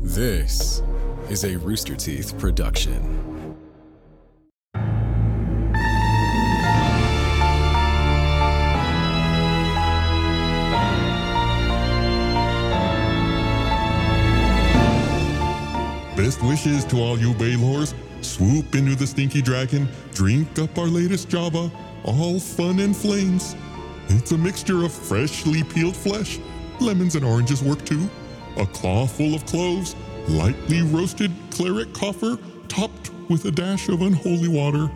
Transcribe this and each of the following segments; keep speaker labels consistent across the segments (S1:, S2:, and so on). S1: This is a Rooster Teeth production.
S2: Best wishes to all you Baylors. Swoop into the stinky dragon, drink up our latest Java, all fun and flames. It's a mixture of freshly peeled flesh, lemons and oranges work too, a claw full of cloves, lightly roasted claret coffer, topped with a dash of unholy water.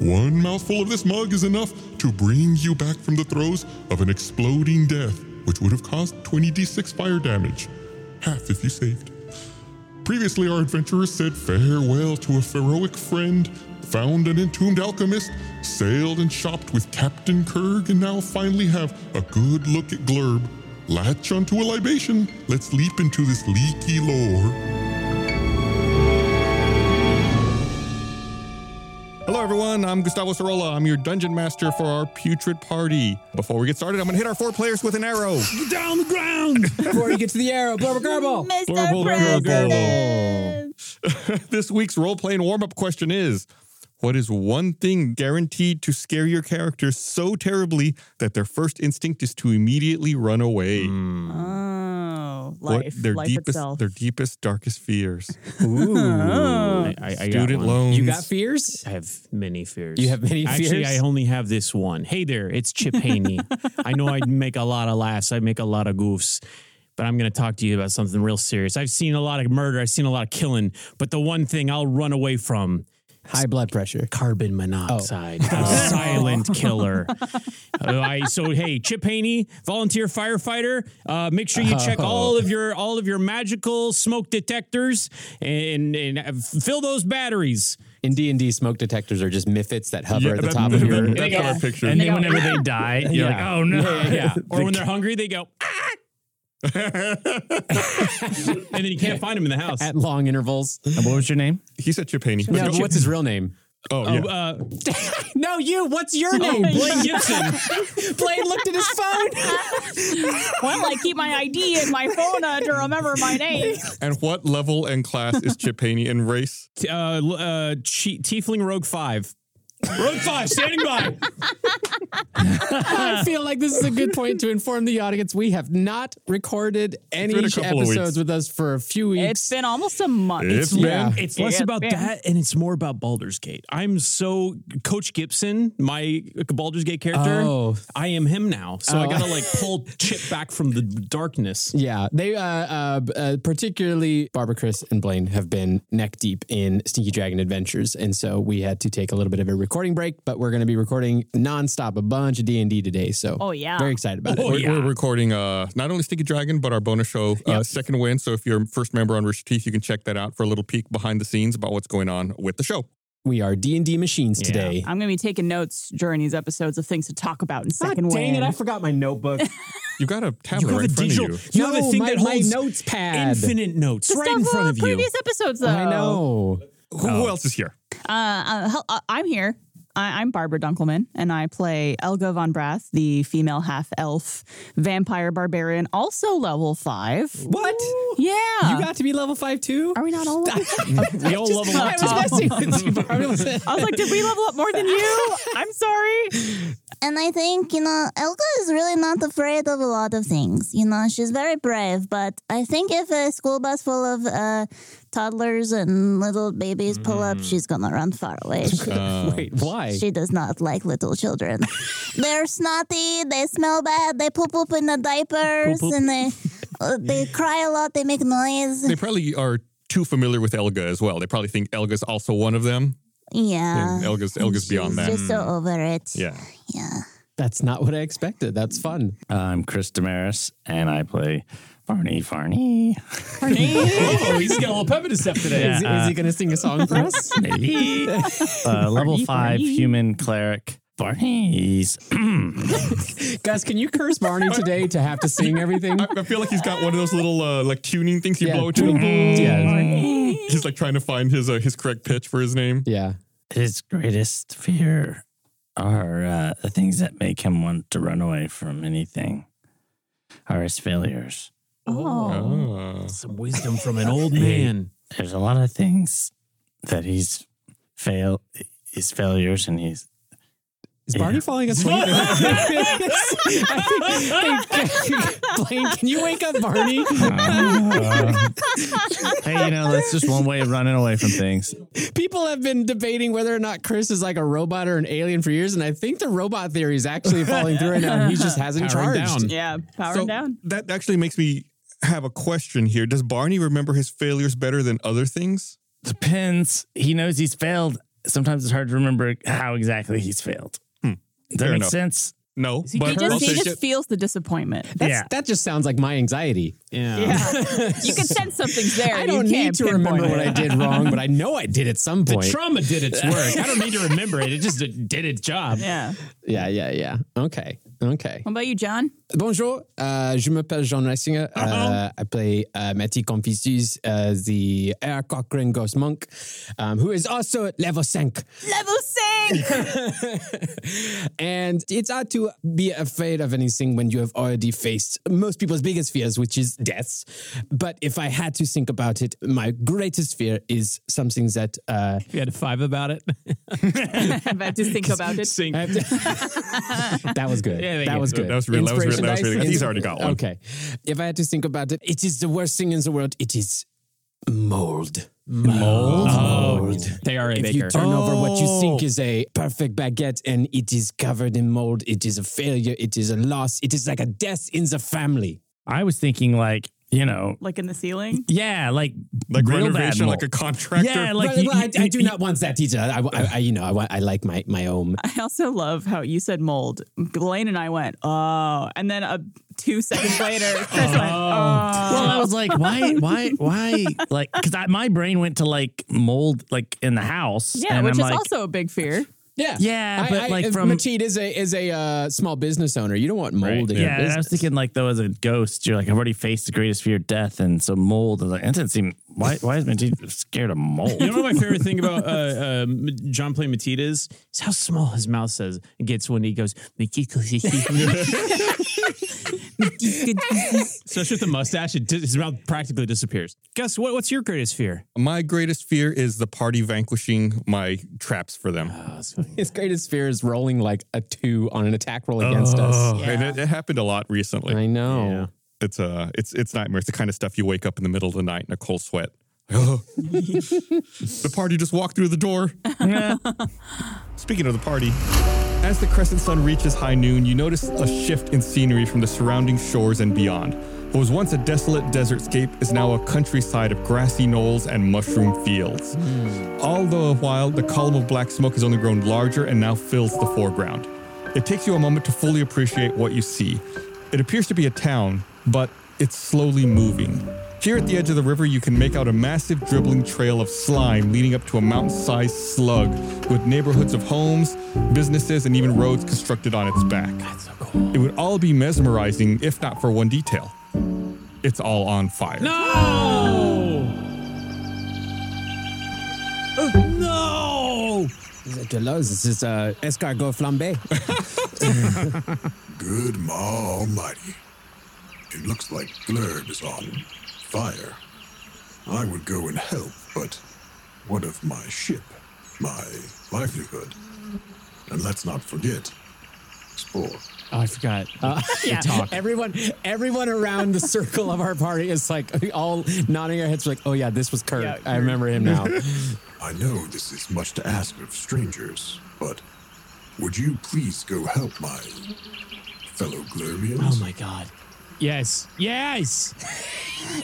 S2: One mouthful of this mug is enough to bring you back from the throes of an exploding death, which would have caused 20d6 fire damage. Half if you saved. Previously, our adventurers said farewell to a heroic friend, found an entombed alchemist, sailed and shopped with Captain Kurg, and now finally have a good look at Glurb. Latch onto a libation. Let's leap into this leaky lore. Hello, everyone. I'm Gustavo Sorolla. I'm your dungeon master for our putrid party. Before we get started, I'm going to hit our four players with an arrow.
S3: down the ground before you get to the arrow. Blubber garble.
S4: Mr.
S2: Blurble, blurble,
S4: President.
S2: this week's role playing warm up question is What is one thing guaranteed to scare your character so terribly that their first instinct is to immediately run away?
S3: Hmm.
S4: Oh,
S2: What
S4: Uh, life,
S2: their
S4: life
S2: deepest,
S4: itself.
S2: their deepest, darkest fears.
S3: Ooh.
S5: I, I, I got
S2: Student
S5: one.
S2: loans.
S3: You got fears?
S5: I have many fears.
S3: You have many
S5: Actually, I
S3: fears?
S5: only have this one. Hey there, it's Chip Haney. I know I make a lot of laughs. I make a lot of goofs. But I'm going to talk to you about something real serious. I've seen a lot of murder. I've seen a lot of killing. But the one thing I'll run away from
S3: High blood pressure.
S5: carbon monoxide, a silent killer. Uh, I- so hey, Chip Haney, volunteer firefighter. Uh, make sure you
S3: Oh.
S5: check all of your all of your magical smoke detectors and and uh, fill those batteries.
S3: Oh. In D and D, smoke detectors are just miffits that hover
S2: Yeah,
S3: at the
S2: that-
S3: top of your.
S2: that's
S4: go-
S2: what I pictured.
S6: And
S4: They
S6: then
S4: go,
S6: whenever they die, you're like,
S3: Yeah.
S6: oh no.
S5: Yeah, yeah. Or when they're hungry, they go. "Ah!" and then you can't find them in the house.
S3: At long intervals.
S6: And what was your name?
S2: he said Chip Haney.
S3: No,
S2: Let's
S3: but
S2: go-
S3: what's his real name?
S2: oh,
S5: Oh,
S2: yeah.
S5: uh,
S3: No, you. What's
S4: Oh,
S3: your name?
S5: Blake Gibson.
S3: Blade looked at his phone.
S4: well, I keep my ID in my phone uh, to remember my name.
S2: and what level and class is Chip Haney in race?
S5: T- Uh, l- uh, Chi- Tiefling Rogue 5. Rogue 5, standing by.
S3: I feel like this is a good point to inform the audience. We have not recorded any
S2: been a couple of weeks.
S3: episodes with us for a few weeks.
S4: It's been almost a month.
S2: It's been-
S3: yeah.
S5: It's less
S4: Yeah,
S5: about
S4: man.
S5: that and it's more about Baldur's Gate. I'm so Coach Gibson, my Baldur's Gate character.
S3: Oh.
S5: I am him now. So I
S3: Oh.
S5: gotta like pull Chip back from the darkness.
S3: Yeah, they uh, uh, b- uh particularly Barbara, Chris, and Blaine have been neck deep in Stinky Dragon Adventures, and so we had to take a little bit of a recording break. But we're going to be recording nonstop a bunch of D and D today. So,
S4: Oh, yeah.
S3: very excited about
S5: Oh,
S3: it.
S2: we're,
S5: yeah.
S2: we're recording uh, not only Stinky Dragon, but our bonus show, uh, Second Win. So if you're a first member on Rooster Teeth, you can check that out for a little peek behind the scenes about what's going on with the show.
S3: We are D and D machines today.
S4: I'm going to be taking notes during these episodes of things to talk about in second
S3: Ah, dang
S4: win.
S3: it! I forgot my notebook.
S2: You got a
S5: You
S2: tablet
S5: have
S2: right
S5: a
S2: in front
S5: digital,
S2: of you.
S5: you have a
S3: No,
S5: thing
S3: my-
S5: that
S3: my
S5: holds
S3: notes pad.
S5: infinite notes
S4: The
S5: right
S4: stuff
S5: in front
S4: from
S5: of you.
S4: previous episodes, though.
S3: I know.
S2: Who
S3: Oh.
S2: else is here?
S4: Uh, uh, hel- uh, I'm here. I- I'm Barbara Dunkelman, and I play Elga von Brath, the female half elf vampire barbarian, also level five.
S3: What?
S4: Yeah.
S3: You got to be level five too.
S4: Are we not all? level five?
S5: We all level
S3: I was
S5: up to
S3: messing with you, Barbara.
S4: I was like, did we level up more than you? I'm sorry.
S7: And I think, you know, Elga is really not afraid of a lot of things. You know, she's very brave, but I think if a school bus full of uh, toddlers and little babies pull up, she's gonna run far away. She,
S3: Wait, why?
S7: she does not like little children. They're snotty, they smell bad, they poop poop in the diapers, and they uh, they cry a lot, they make noise.
S2: They probably are too familiar with Elga as well. They probably think Elga's also one of them.
S7: Yeah.
S2: And Elga's Elga's beyond
S7: She's
S2: that.
S7: Uh, just
S3: Hmm.
S7: so over it.
S2: Yeah.
S7: Yeah.
S3: That's not what I expected. That's fun.
S6: I'm Chris Damaris, and I play Barney Farney.
S3: oh, he's got a little pep his step today. is,
S6: Yeah,
S3: is he going to sing a song for us?
S6: Maybe. uh, level
S4: Barney,
S6: five
S4: Barney.
S6: human cleric. Barney's.
S3: Guys, can you curse Barney today to have to sing everything?
S2: I, I feel like he's got one of those little uh, like tuning things you
S3: Yeah.
S2: blow to.
S6: Mm-hmm.
S3: Yeah.
S2: He's like trying to find his uh, his correct pitch for his name.
S3: Yeah.
S6: His greatest fear are uh, the things that make him want to run away from anything. Are his failures.
S4: Oh.
S5: Some wisdom from an old man.
S6: There's a lot of things that he's fail his failures and he's
S3: Is Barney
S6: Yeah.
S3: falling asleep? I think- Blaine, can you wake up Barney?
S6: hey, you know, that's just one way of running away from things.
S3: People have been debating whether or not Chris is like a robot or an alien for years, and I think the robot theory is actually falling through right now. and He just hasn't
S5: Powering
S3: charged.
S5: down.
S4: Yeah, powering
S8: So
S4: down.
S8: That actually makes me have a question here. Does Barney remember his failures better than other things?
S6: Depends. He knows he's failed. Sometimes it's hard to remember how exactly he's failed.
S2: Hmm.
S6: Does that
S8: Fair
S6: make
S8: enough.
S6: sense?
S8: No,
S3: he
S4: He
S8: but I'll
S4: just,
S8: say
S4: he
S8: shit.
S4: just feels the disappointment.
S3: That's,
S6: yeah.
S3: That just sounds like my anxiety.
S4: Yeah. you can sense something's there.
S3: I
S4: You
S3: don't need
S4: can't
S3: to remember
S4: pinpoint
S3: what
S4: it.
S3: I did wrong, but I know I did at some point.
S5: Trauma did its work. I don't need to remember it. It just did its job.
S4: Yeah.
S3: yeah, yeah, yeah. Okay, okay.
S4: What about you, John?
S3: Bonjour, uh, je m'appelle Jean Reisinger. Uh,
S5: Uh-huh.
S3: I play uh, Matty Confucius, uh, the Air Cochrane Ghost Monk, um, who is also at level 5.
S4: Level sync.
S3: And it's hard to be afraid of anything when you have already faced most people's biggest fears, which is death. But if I had to think about it, my greatest fear is something that uh,
S5: You had a five about it.
S4: I've had to think about it.
S5: Sink.
S3: that was good.
S5: Yeah, thank
S3: that
S5: you.
S3: was good.
S8: That was real- that was real-
S3: Inspiration
S8: that was
S3: dice.
S8: really good. He's already got one.
S3: Okay. If I had to think about it, it is the worst thing in the world. It is mold. Mold.
S6: Oh.
S5: They are a
S3: If
S5: baker.
S3: you turn over what you
S8: Oh.
S3: think is a perfect baguette and it is covered in mold, it is a failure. It is a loss. It is like a death in the family.
S6: I was thinking like, you know,
S4: Like in the ceiling.
S6: yeah, like
S8: like
S6: real
S8: renovation,
S6: bad
S8: like a
S6: mold.
S8: contractor.
S6: Yeah, like
S3: Well,
S6: you-
S3: well, I,
S6: you-
S3: I do
S6: you-
S3: not want that either. I, I- I- you know, I, want- I like my my own.
S4: I also love how you said mold. Blaine and I went, oh. And then uh, two seconds later, Chris went, oh.
S6: Well, I was like, why, why, why? Like, because my brain went to like mold, like in the house.
S4: Yeah,
S6: and
S4: which
S6: I'm
S4: is
S6: like,
S4: also a big fear.
S3: Yeah,
S6: Yeah,
S3: I,
S6: but
S3: I,
S6: like from-
S3: Mateed is a is a uh, small business owner. You don't want mold in your
S6: Yeah, and I was
S3: business.
S6: thinking like though as a ghost, you're like I've already faced the greatest fear, death, and so mold. I was like, that doesn't seem. Why? Why is my dude scared of mold?
S5: You know what my favorite thing about uh, uh, John Play Matita is? Is how small his mouth says it gets when he goes. Especially with the mustache, it, dis- his mouth practically disappears. Gus, what, what's your greatest fear?
S8: My greatest fear is the party vanquishing my traps for them.
S5: Ah,
S3: His greatest fear is rolling like a two on an attack roll against
S8: Oh,
S5: Oh.
S3: us.
S8: And it, it happened a lot recently.
S3: I know.
S8: It's uh, it's it's nightmares. The kind of stuff you wake up in the middle of the night in a cold sweat. Oh. the party just walked through the door. Speaking of the party, as the crescent sun reaches high noon, you notice a shift in scenery from the surrounding shores and beyond. What was once a desolate desert scape is now a countryside of grassy knolls and mushroom fields. All the while, the column of black smoke has only grown larger and now fills the foreground. It takes you a moment to fully appreciate what you see. It appears to be a town, but it's slowly moving. Here at the edge of the river, you can make out a massive dribbling trail of slime leading up to a mountain sized slug with neighborhoods of homes, businesses, and even roads constructed on its back. That's so cool. It would all be mesmerizing if not for one detail it's all on fire.
S5: No. No.
S3: Oh, Is it Deleuze? Is this uh, escargot flambe?
S9: Good Ma Almighty. It looks like Glurb is on fire. I would go and help, but what of my ship, my livelihood? And let's not forget, Spore.
S5: Oh, I forgot.
S3: Uh, yeah.
S5: talk.
S3: Everyone, everyone around the circle of our party is like all nodding our heads, like, "Oh yeah, this was Kurt.
S4: Yeah,
S3: I remember him now."
S9: I know this is much to ask of strangers, but would you please go help my fellow Glurbians?
S5: oh my god. Yes. Yes.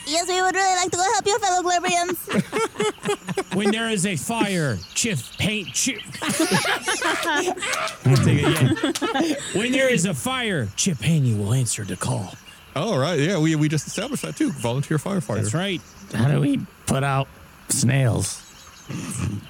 S7: Yes, we would really like to go help your fellow Glorians.
S5: when there is a fire, chiff paint chip. I'll take it again. When there is a fire, Chip Haney will answer the call.
S8: All right, yeah, we, we just established that too. Volunteer firefighter.
S5: That's right.
S6: How do we put out snails?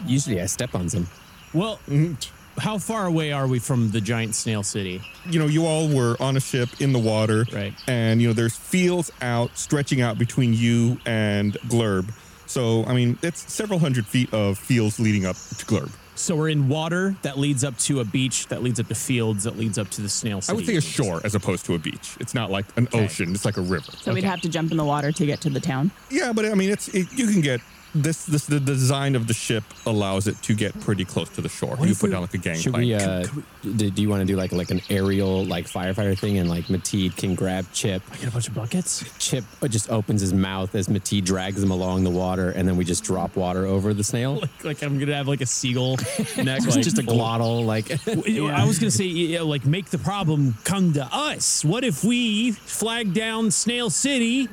S3: Usually, I step on them.
S5: Well, mm-hmm. how far away are we from the giant snail city?
S8: you know, you all were on a ship in the water.
S5: Right.
S8: And, you know, there's fields out stretching out between you and Glurb. So, I mean, it's several hundred feet of fields leading up to Glurb.
S5: So we're in water that leads up to a beach, that leads up to fields, that leads up to the snail
S8: I
S5: city.
S8: would say a shore as opposed to a beach. It's not like an ocean. It's like a river.
S4: So we'd have to jump in the water to get to the town.
S8: Yeah, but I mean, it's it, you can get this. This the design of the ship allows it to get pretty close to the shore. you
S5: if
S8: put
S5: we-
S8: down like a
S3: Should
S8: gangplank.
S3: we? Uh, do, do you want to do like like an aerial like firefighter thing, and like Mateed can grab Chip?
S5: Get a bunch of buckets.
S3: Chip uh, just opens his mouth as Mateed drags him along the water, and then we just drop water over the snail.
S5: Like I'm gonna have like a seagull next. like,
S3: just a glottal, like
S5: Well, I was gonna say, yeah, like, make the problem come to us. What if we flag down Snail City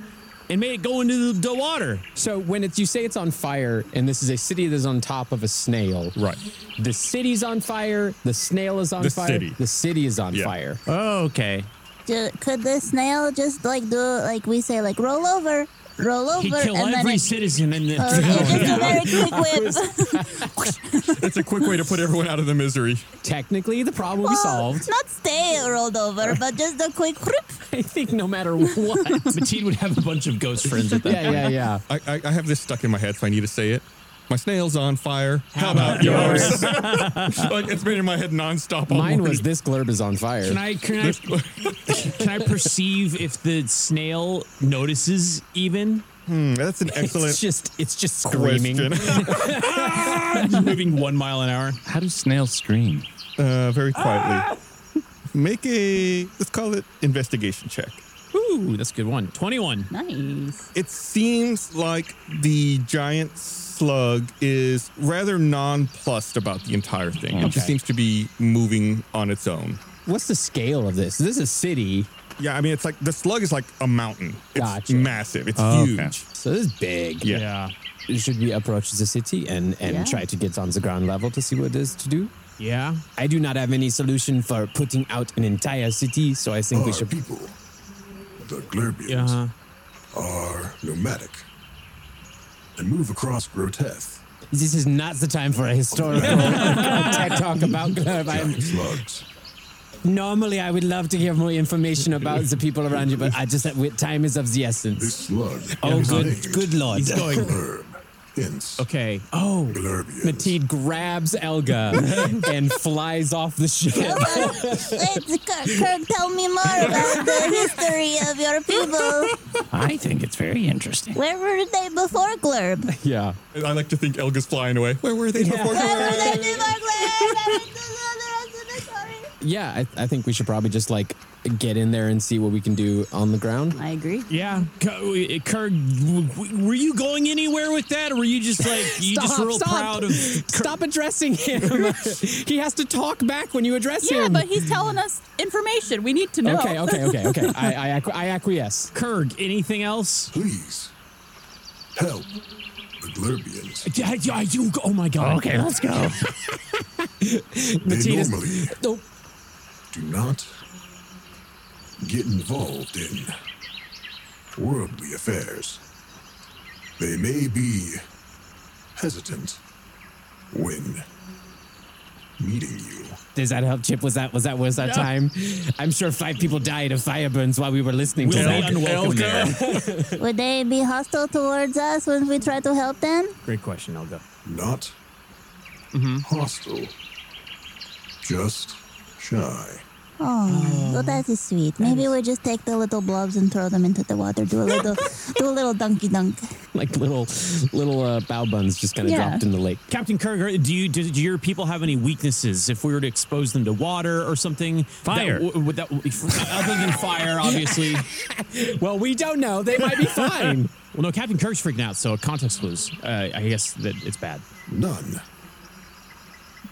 S5: and made it go into the, the water?
S3: So when it's you say it's on fire, and this is a city that's on top of a snail,
S8: Right.
S3: The city's on fire. The snail is on
S8: The
S3: fire.
S8: city.
S3: The city is on
S8: Yeah.
S3: fire.
S10: Oh, okay.
S7: Do, could the snail just like do like we say like roll over, roll over,
S5: He'd kill
S7: and then
S5: every
S7: it,
S5: citizen in the
S7: or it just a very quick whip.
S8: it's a quick way to put everyone out of the misery.
S3: Technically, the problem will be
S7: Well,
S3: solved.
S7: Not stay rolled over, but just a quick whip.
S3: I think no matter what.
S5: Mateen would have a bunch of ghost friends at that.
S3: yeah, yeah, yeah.
S8: I, I, I have this stuck in my head, so I need to say it. My snail's on fire. How about yours? like it's been in my head nonstop. All
S3: Mine was
S8: morning.
S3: this glurb is on fire.
S5: Can I can I can I perceive if the snail notices even
S8: Hmm, That's an excellent
S3: It's just it's just screaming.
S8: question.
S5: moving one mile an hour? Ah!
S10: How do snails scream?
S8: Uh, very quietly. Make a let's call it investigation check.
S5: Ooh, that's a good one. Twenty one.
S4: Nice.
S8: It seems like the giant slug is rather nonplussed about the entire thing. It just
S3: Okay.
S8: seems to be moving on its own.
S3: What's the scale of this? This is a city,
S8: Yeah, I mean, it's like the slug is like a mountain. It's
S3: Gotcha.
S8: massive. It's
S10: Oh, okay.
S8: huge.
S3: so this is big.
S8: Yeah.
S5: Yeah.
S3: Should we approach the city and and
S4: Yeah.
S3: try to get on the ground level to see what it is to do?
S5: Yeah.
S3: I do not have any solution for putting out an entire city, so I think
S9: Our
S3: we should.
S9: people, the Glurbians,
S5: Yeah. Uh-huh.
S9: are nomadic and move across Groteth.
S3: This is not the time for a historical TED talk about Glurb.
S9: Giant
S3: I'm,
S9: slugs.
S3: normally, I would love to hear more information about the people around you, but I just with time is of the
S9: This
S3: essence.
S9: slug.
S3: Oh,
S9: is
S3: good,
S9: named
S3: good lord!
S9: Glurb. Hence,
S5: Okay. Oh.
S9: Glurbians.
S3: Mateed grabs Elga and flies off the ship.
S7: Wait, Kirk, Kirk, tell me more about the history of your people.
S10: I think it's very interesting.
S7: Where were they before Glurb?
S3: yeah.
S8: I like to think Elga's flying away. Where were they before?
S7: Where were they before Glurb? I need to know the rest of the story.
S3: Yeah, I, I think we should probably just like get in there and see what we can do on the ground.
S4: I agree.
S5: Yeah, K- uh, Kirk, w- w- were you going anywhere with that, or were you just like you just real proud of?
S3: Stop addressing him. he has to talk back when you address
S4: Yeah,
S3: him.
S4: but he's telling us information. We need to know.
S3: Okay, okay, okay, okay. I, I, acqu- I acquiesce.
S5: Kirk, anything else?
S9: Please help the Glurbians.
S5: Yeah, yeah, you. Oh my God.
S10: Okay, let's go.
S9: They
S3: Matita's-
S9: normally
S3: Oh,
S9: do not get involved in worldly affairs. They may be hesitant when meeting you.
S3: does that help, Chip? Was that was that was that time? I'm sure five people died of fire burns while we were listening to
S5: Will they
S3: that.
S5: unwelcome there?
S7: Would they be hostile towards us when we try to help them?
S5: Great question, Elga.
S9: Not hostile, just shy.
S7: Oh, well, that is sweet. Maybe we just take the little blobs and throw them into the water. Do a little, do a little donkey dunk.
S3: Like little little uh, bow buns just kind of
S4: Yeah.
S3: dropped in the lake.
S5: Captain Kirk, do you do, do your people have any weaknesses? If we were to expose them to water or something,
S10: Fire.
S5: that, w- would that would be, other than fire, obviously?
S3: Well, we don't know. They might be fine.
S5: well, no, Captain Kirk's freaking out, so context clues. Uh, I guess that it's bad.
S9: None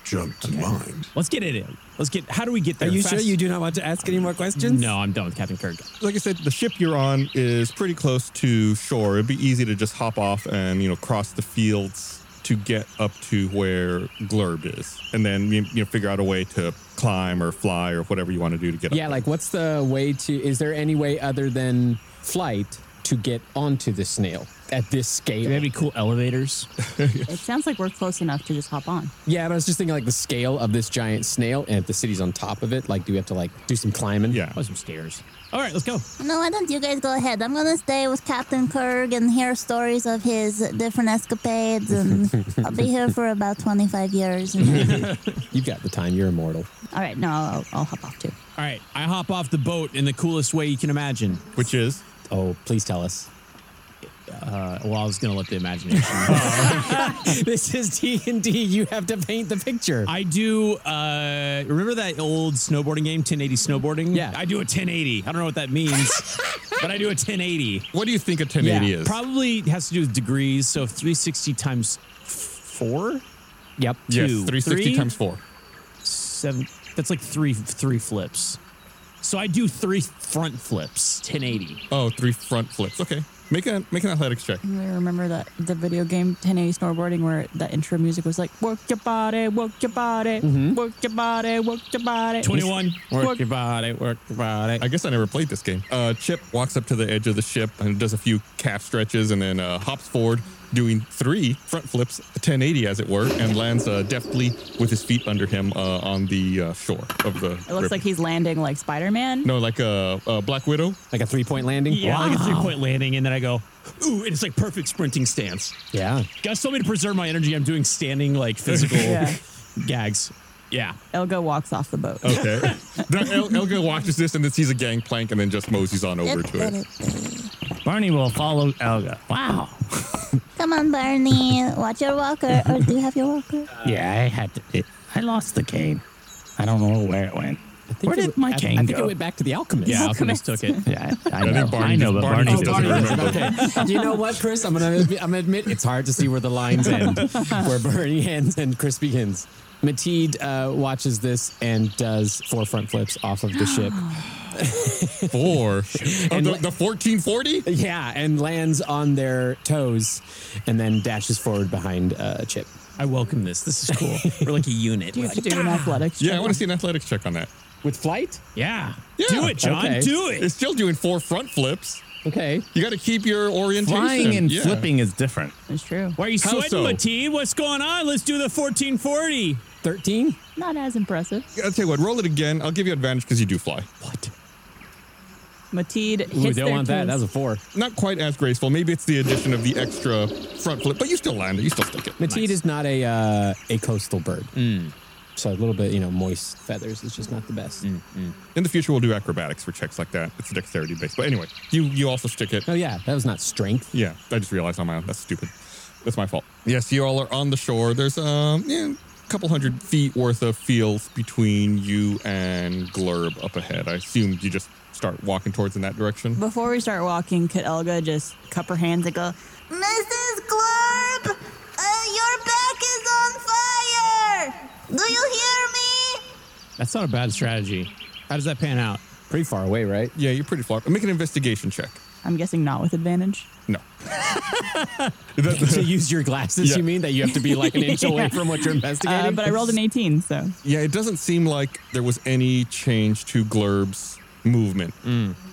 S9: jump to mind.
S5: Let's get it in. Let's get. How do we get
S3: Are
S5: there?
S3: you
S5: Fast-
S3: sure you do not want to ask any more questions?
S5: No, I'm done with Captain Kirk.
S8: Like I said, the ship you're on is pretty close to shore. It'd be easy to just hop off and you know cross the fields to get up to where Glurb is, and then you, you know figure out a way to climb or fly or whatever you want to do to get
S3: Yeah,
S8: up.
S3: like what's the way to? Is there any way other than flight to get onto the snail? at this scale. That'd
S9: be cool elevators.
S4: It sounds like we're close enough to just hop on.
S3: yeah, but I was just thinking like the scale of this giant snail, and if the city's on top of it, like do we have to like do some climbing?
S8: Yeah,
S3: oh, some stairs.
S9: All right, let's go.
S7: No, why don't you guys go ahead? I'm gonna stay with Captain Kirk and hear stories of his different escapades, and I'll be here for about 25 years.
S3: You've got the time. You're immortal.
S7: All right, no, I'll, I'll hop off too.
S9: All right, I hop off the boat in the coolest way you can imagine.
S8: Which is?
S3: Oh, please tell us.
S9: Uh, well, I was going to let the imagination.
S3: this is D and D. You have to paint the picture.
S9: I do. Uh, remember that old snowboarding game, 1080 snowboarding? Yeah. I do a 1080. I don't know what that means, but I do a 1080.
S8: What do you think a
S9: Probably has to do with degrees. So 360 times f- four.
S3: Yep.
S9: Yes, Two. 360 Three? times
S8: four.
S9: Seven. That's like three three flips. So I do three front flips, 1080.
S8: Oh, three front flips. Okay. Make an make an athletics check.
S4: I remember that the video game 1080 snowboarding where the intro music was like work your body, work your body,
S3: Mm-hmm.
S4: work your body, work your body.
S8: Work your body, work your body. I guess I never played this game. Uh, Chip walks up to the edge of the ship and does a few calf stretches and then uh, hops forward, doing three front flips, 1080 as it were, and lands uh, deftly with his feet under him uh, on the uh, shore of the.
S4: It looks like he's landing like Spider Man.
S8: No, like a, a Black Widow.
S3: Like a three point landing?
S9: Yeah, like a three point landing. And then I go, ooh, and it's like perfect sprinting stance.
S3: Yeah.
S9: Guys told me to preserve my energy. I'm doing standing, like physical
S4: Yeah.
S9: gags. Yeah.
S4: Elga walks off the boat.
S8: Okay. No, El- Elga watches this and then sees a gangplank and then just moseys on over to it.
S6: Barney will follow Elga. Wow.
S7: Come on, Barney, watch your walker. Or do you have your walker?
S6: yeah, I had to. It, I lost the cane. I don't know where it went. Where did my
S3: I,
S6: cane
S3: I
S6: go?
S3: think it went back to the alchemist.
S6: Yeah, Alchemist took it. Yeah, I, I know.
S3: think
S6: I know, but Barney,
S3: Oh,
S6: doesn't
S3: Barney
S6: remember.
S3: doesn't. Okay. You know what, Chris? I'm gonna admit, I'm gonna admit it's hard to see where the lines end, where Bernie ends and Chris begins. Mateed uh, watches this and does four front flips off of the ship.
S8: Four. Oh, the, the 1440?
S3: Yeah, and lands on their toes, and then dashes forward behind uh, a chip.
S9: I welcome this. This is cool. We're like a unit.
S4: You have to do an athletics.
S8: Yeah, I want to see an athletics check on that.
S3: With flight?
S9: Yeah.
S8: Yeah.
S9: Do it, John.
S3: Okay.
S9: Do it.
S8: It's still doing four front flips.
S3: Okay.
S8: You got to keep your orientation.
S6: Flying and
S8: Yeah.
S6: flipping is different.
S4: It's true.
S9: Why are you
S8: How
S9: sweating,
S8: so?
S9: Mateed? What's going on? Let's do the 1440.
S3: 13?
S4: Not as impressive.
S8: I'll tell you what, roll it again. I'll give you advantage because you do fly.
S3: What?
S4: Mateed hits
S3: Ooh,
S4: their
S3: don't want that. That
S4: toes.
S3: was a four.
S8: Not quite as graceful. Maybe it's the addition of the extra front flip, but you still land it. You still stick it.
S3: Mateed is not a uh, a coastal bird.
S9: Mm.
S3: So a little bit, you know, moist feathers is just not the best.
S9: Mm,
S8: In the future, we'll do acrobatics for checks like that. It's dexterity based. But anyway, you you also stick it.
S3: Oh, yeah. That was not strength.
S8: Yeah, I just realized on my own. That's stupid. That's my fault. Yes, you all are on the shore. There's um, yeah, a couple hundred feet worth of fields between you and Glurb up ahead. I assume you just start walking towards in that direction.
S4: Before we start walking, could Elga just cup her hands and go,
S7: Mrs. Glorb, uh, your back is on fire! Do you hear me?
S9: That's not a bad strategy. How does that pan out?
S3: Pretty far away, right?
S8: Yeah, you're pretty far. Make an investigation check.
S4: I'm guessing not with advantage?
S8: No.
S3: to use your glasses,
S8: Yeah.
S3: you mean that you have to be like an inch away
S4: Yeah.
S3: from what you're investigating?
S4: Uh, but I rolled an 18, so.
S8: yeah, it doesn't seem like there was any change to Glurb's movement.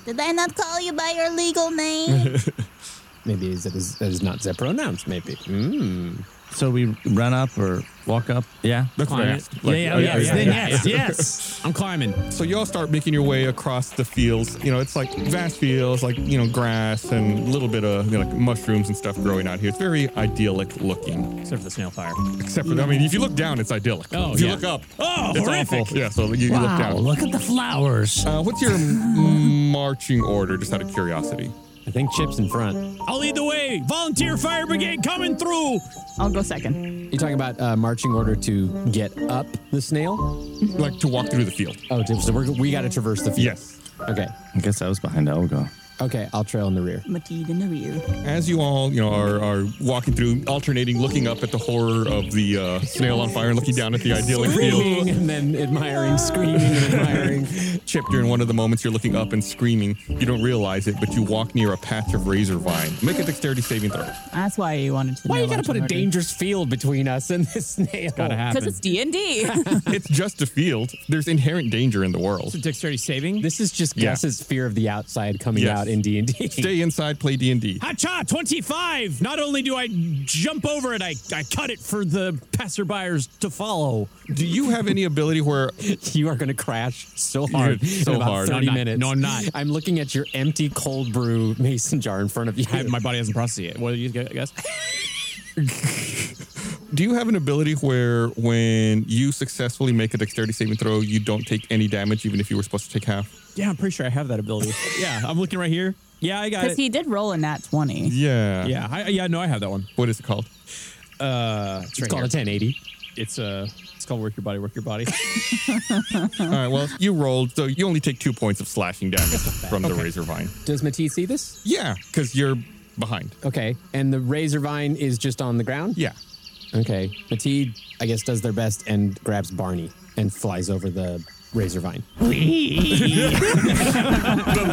S7: Did I not call you by your legal name?
S3: Mm. maybe that is that is not their pronouns. Maybe. Mm.
S6: So we run up or walk up. Yeah.
S8: That's what I asked. Like,
S9: yeah,
S8: oh,
S9: yeah, yeah,
S8: yeah,
S9: Then
S8: yeah.
S9: yes, yes. I'm climbing.
S8: So y'all start making your way across the fields. You know, it's like vast fields, like you know, grass and a little bit of you know, like mushrooms and stuff growing out here. It's very idyllic looking.
S9: Except for the snail fire.
S8: Except for, I mean, if you look down, it's idyllic.
S9: Oh,
S8: if you
S9: yeah.
S8: look up,
S9: Oh,
S8: it's
S9: horrific.
S8: awful. Yeah, so you, you look
S6: Wow,
S8: down.
S6: look at the flowers.
S8: Uh, what's your m- marching order? Just out of curiosity.
S3: I think Chip's in front.
S9: I'll lead the way. Volunteer fire brigade coming through.
S4: I'll go second.
S3: You're talking about uh, marching order to get up the snail.
S8: Like to walk through the field.
S3: Oh, so we're, we got to traverse the field.
S8: Yes.
S3: Okay.
S6: I guess I was behind Elga.
S3: Okay. I'll trail in the rear.
S4: Mateed in the rear.
S8: As you all, you know, are, are walking through, alternating, looking up at the horror of the uh, snail on fire and looking down at the idyllic field.
S3: Screaming and then admiring, screaming and admiring.
S8: Chip, during one of the moments you're looking up and screaming, you don't realize it, but you walk near a patch of razor vine. Make a dexterity saving throw.
S4: That's why you wanted to
S3: Why
S4: know
S3: you got to put a dangerous field between us and this snail?
S9: Gotta happen.
S4: Because it's D&D.
S8: it's just a field. There's inherent danger in the world.
S9: Dexterity saving.
S3: This is just
S8: Yeah.
S3: Gus's fear of the outside coming
S8: Yes.
S3: out out in D and D.
S8: Stay inside, play D and D.
S9: Hacha 25. Not only do I jump over it, I, I cut it for the passerbyers to follow.
S8: Do you have any ability where
S3: you are going to crash so hard
S9: You're so
S3: in about
S9: hard. No, I'm
S3: 30
S9: not.
S3: minutes?
S9: No, I'm not.
S3: I'm looking at your empty cold brew mason jar in front of you.
S9: my body hasn't processed it yet. What do you guess?
S8: Do you have an ability where when you successfully make a dexterity saving throw, you don't take any damage, even if you were supposed to take half?
S9: Yeah, I'm pretty sure I have that ability. yeah, I'm looking right here. Yeah, I got
S4: Because
S9: it.
S4: he did roll a nat 20.
S8: Yeah.
S9: yeah, I, yeah, no, I have that one.
S8: What is it called?
S9: Uh, it's
S3: called a 1080.
S9: It's uh, it's called work your body, work your body.
S8: All right. Well, you rolled, so you only take two points of slashing damage from the razor vine.
S3: Does Matisse see this?
S8: Yeah, because you're behind.
S3: Okay, and the razor vine is just on the ground.
S8: Yeah.
S3: Okay, Matisse, I guess, does their best and grabs Barney and flies over the razor vine.
S8: the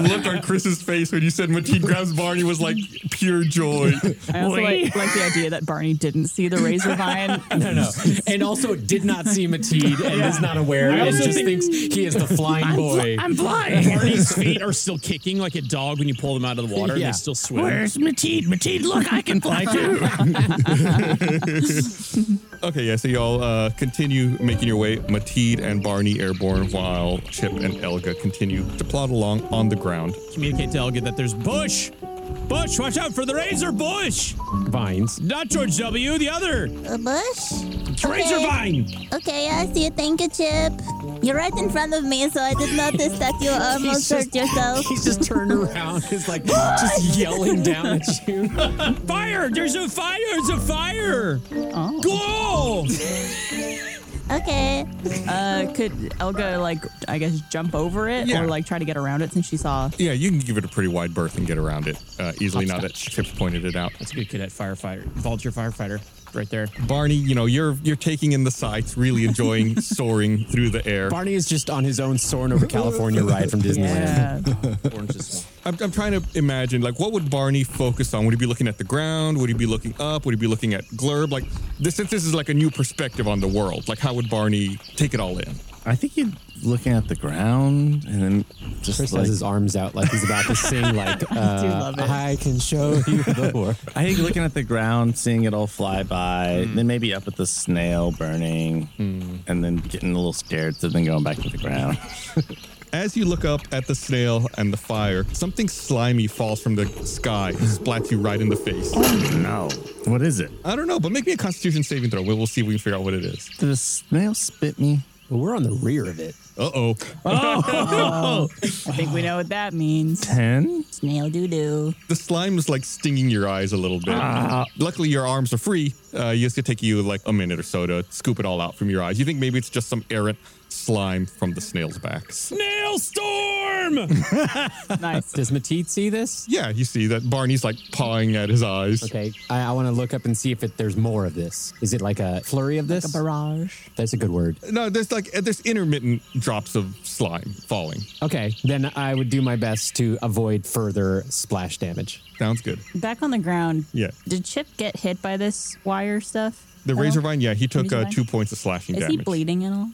S8: look on Chris's face when you said Mateen grabs Barney was like pure joy.
S4: I also like, like the idea that Barney didn't see the razor vine.
S3: No, no. and also did not see Mateed and is not aware
S5: I
S3: and
S5: also
S3: just
S5: think-
S3: thinks he is the flying boy.
S6: I'm flying.
S9: Barney's feet are still kicking like a dog when you pull them out of the water. and
S3: Yeah.
S9: They still swim.
S6: Where's Mateed? Mateed, look, I can fly too.
S8: Okay, yeah, so y'all uh, continue making your way, Mateed and Barney airborne, while Chip and Elga continue to plod along on the ground.
S9: Communicate to Elga that there's bush. Bush, watch out for the razor bush.
S3: Vines.
S9: Not George W. The other
S7: A Uh, bush?
S9: razor
S7: Okay.
S9: vine.
S7: Okay, I see you. Thank you, Chip. You're right in front of me, so I did notice that you almost hurt yourself.
S3: He's just turned around. He's like just yelling down at you.
S9: Fire! There's a fire! There's a fire!
S4: Oh.
S9: Go!
S7: Okay.
S4: Uh, could Elga, like, I guess, jump over it
S8: Yeah.
S4: or, like, try to get around it since she saw?
S8: Yeah, you can give it a pretty wide berth and get around it uh, easily now that Chip's pointed it out.
S9: That's a good cadet firefighter, volunteer firefighter, right there.
S8: Barney, you know, you're you're taking in the sights, really enjoying soaring through the air.
S3: Barney is just on his own soaring over California ride from Disneyland.
S4: Yeah.
S8: I'm, I'm trying to imagine, like, what would Barney focus on? Would he be looking at the ground? Would he be looking up? Would he be looking at Glurb? Like, this, since this is like a new perspective on the world, like, how would Barney take it all in?
S6: I think you're looking at the ground and then just
S3: Chris
S6: like
S3: has his arms out like he's about to sing like uh,
S4: love it.
S3: I can show you the war.
S6: I think looking at the ground, seeing it all fly by,
S3: Hmm.
S6: then maybe up at the snail burning, and then getting a little scared, so then going back to the ground.
S8: As you look up at the snail and the fire, something slimy falls from the sky and splats you right in the face.
S6: Oh, no, what is it?
S8: I don't know, but make me a Constitution saving throw. We'll, we'll see if we can figure out what it is.
S6: Did a snail spit me?
S3: Well, we're on the rear of it.
S8: Uh oh.
S3: Oh.
S4: I think we know what that means.
S6: Ten?
S7: Snail doo doo.
S8: The slime is like stinging your eyes a little bit.
S3: Ah.
S8: Luckily, your arms are free. Uh, you just could take you like a minute or so to scoop it all out from your eyes. You think maybe it's just some errant slime from the snail's back.
S9: Nail storm!
S4: Nice.
S3: Does Mateed see this?
S8: Yeah, you see that Barney's like pawing at his eyes.
S3: Okay, I, I want to look up and see if it, there's more of this. Is it like a flurry of this?
S4: Barrage.
S3: That's a good word.
S8: No, there's like there's intermittent drops of slime falling.
S3: Okay, then I would do my best to avoid further splash damage.
S8: Sounds good.
S4: Back on the ground.
S8: Yeah.
S4: Did Chip get hit by this wire stuff?
S8: The
S4: at
S8: razor
S4: all?
S8: vine, yeah, he took
S4: Razor
S8: uh,
S4: vine?
S8: two points of slashing
S4: Is
S8: damage.
S4: he bleeding at all?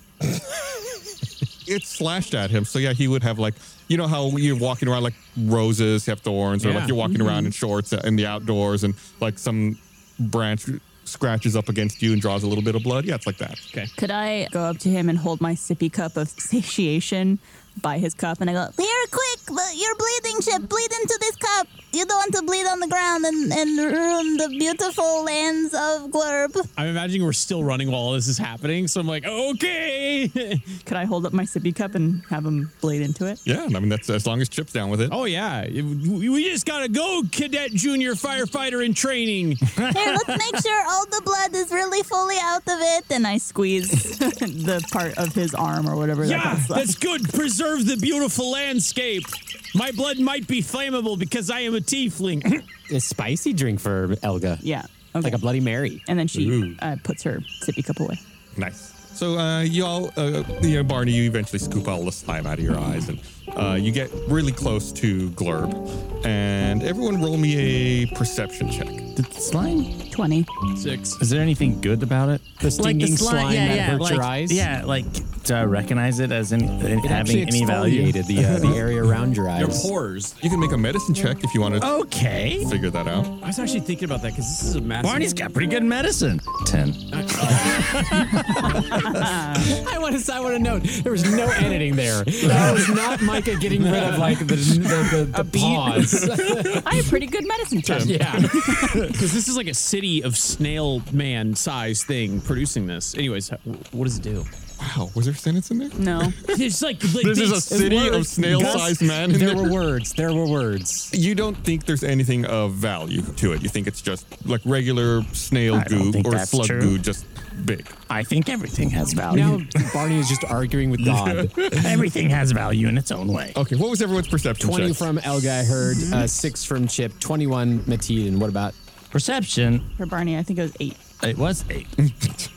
S8: It slashed at him, so yeah, he would have like you know how you're walking around like roses have thorns, or
S9: Yeah. Mm-hmm.
S8: like you're walking around in shorts in the outdoors, and like some branch scratches up against you and draws a little bit of blood. Yeah, it's like that.
S9: Okay.
S4: Could I go up to him and hold my sippy cup of satiation by his cup and I go,
S7: Here, quick! But you're bleeding, Chip. Bleed into this cup. You don't want to bleed on the ground and, and ruin the beautiful lands of Glurb.
S9: I'm imagining we're still running while all this is happening, so I'm like, okay.
S4: could I hold up my sippy cup and have him blade into it?
S8: Yeah, and I mean that's as long as Chip's down with it.
S9: oh yeah, It- we we just gotta go, cadet junior firefighter in training.
S7: Here, let's make sure all the blood is really fully out of it.
S4: Then I squeeze the part of his arm or whatever. that
S9: yeah,
S4: part's left.
S9: that's good. Preserve the beautiful landscape. My blood might be flammable because I am a tiefling.
S3: A spicy drink for Elga.
S4: yeah. Okay.
S3: Like a Bloody Mary.
S4: and then she
S8: Ooh.
S4: uh, puts her sippy cup away.
S8: Nice. So uh, y'all, uh, you know, Barney, you eventually scoop all the slime out of your eyes, and uh, you get really close to Glurb. And everyone, roll me a perception check.
S6: Did slime?
S4: 20.
S3: Six.
S6: Is there anything good about it?
S3: The stinging slime that hurts
S6: like,
S3: your eyes?
S6: Yeah, like do I recognize it as in, in
S3: It actually
S6: having any value?
S3: exfoliated the, uh, the area around your
S8: Your
S3: eyes.
S8: pores. You can make a medicine check if you want to
S6: Okay.
S8: figure that out.
S5: I was actually thinking about that because this is a massive.
S6: Barney's got pretty good medicine. Ten.
S3: I want to. I want to note there was no editing there. That was not Micah getting rid of like the the, the, the pause.
S4: I have pretty good medicine check.
S3: yeah.
S5: Because this is like a city of snail man size thing producing this. Anyways, wh- what does it do?
S8: Wow, was there a sentence in there?
S4: No.
S5: It's like, like
S8: This is a
S5: these-
S8: city of
S5: words.
S8: snail-sized man. In
S3: There
S8: there.
S3: were words. There were words.
S8: You don't think there's anything of value to it. You think it's just like regular snail
S6: I don't
S8: goo
S6: think
S8: or
S6: that's
S8: slug
S6: true.
S8: goo, just big.
S6: I think everything has
S3: Now
S6: value.
S3: Barney is just arguing with God.
S6: everything has value in its own way. Mm-hmm.
S8: Okay, what was everyone's perception
S3: 20
S8: check?
S3: from Elga, I heard. Uh, six from Chip. 21 Mateed. And what about?
S6: Perception.
S4: For Barney, I think it was eight.
S6: It was eight.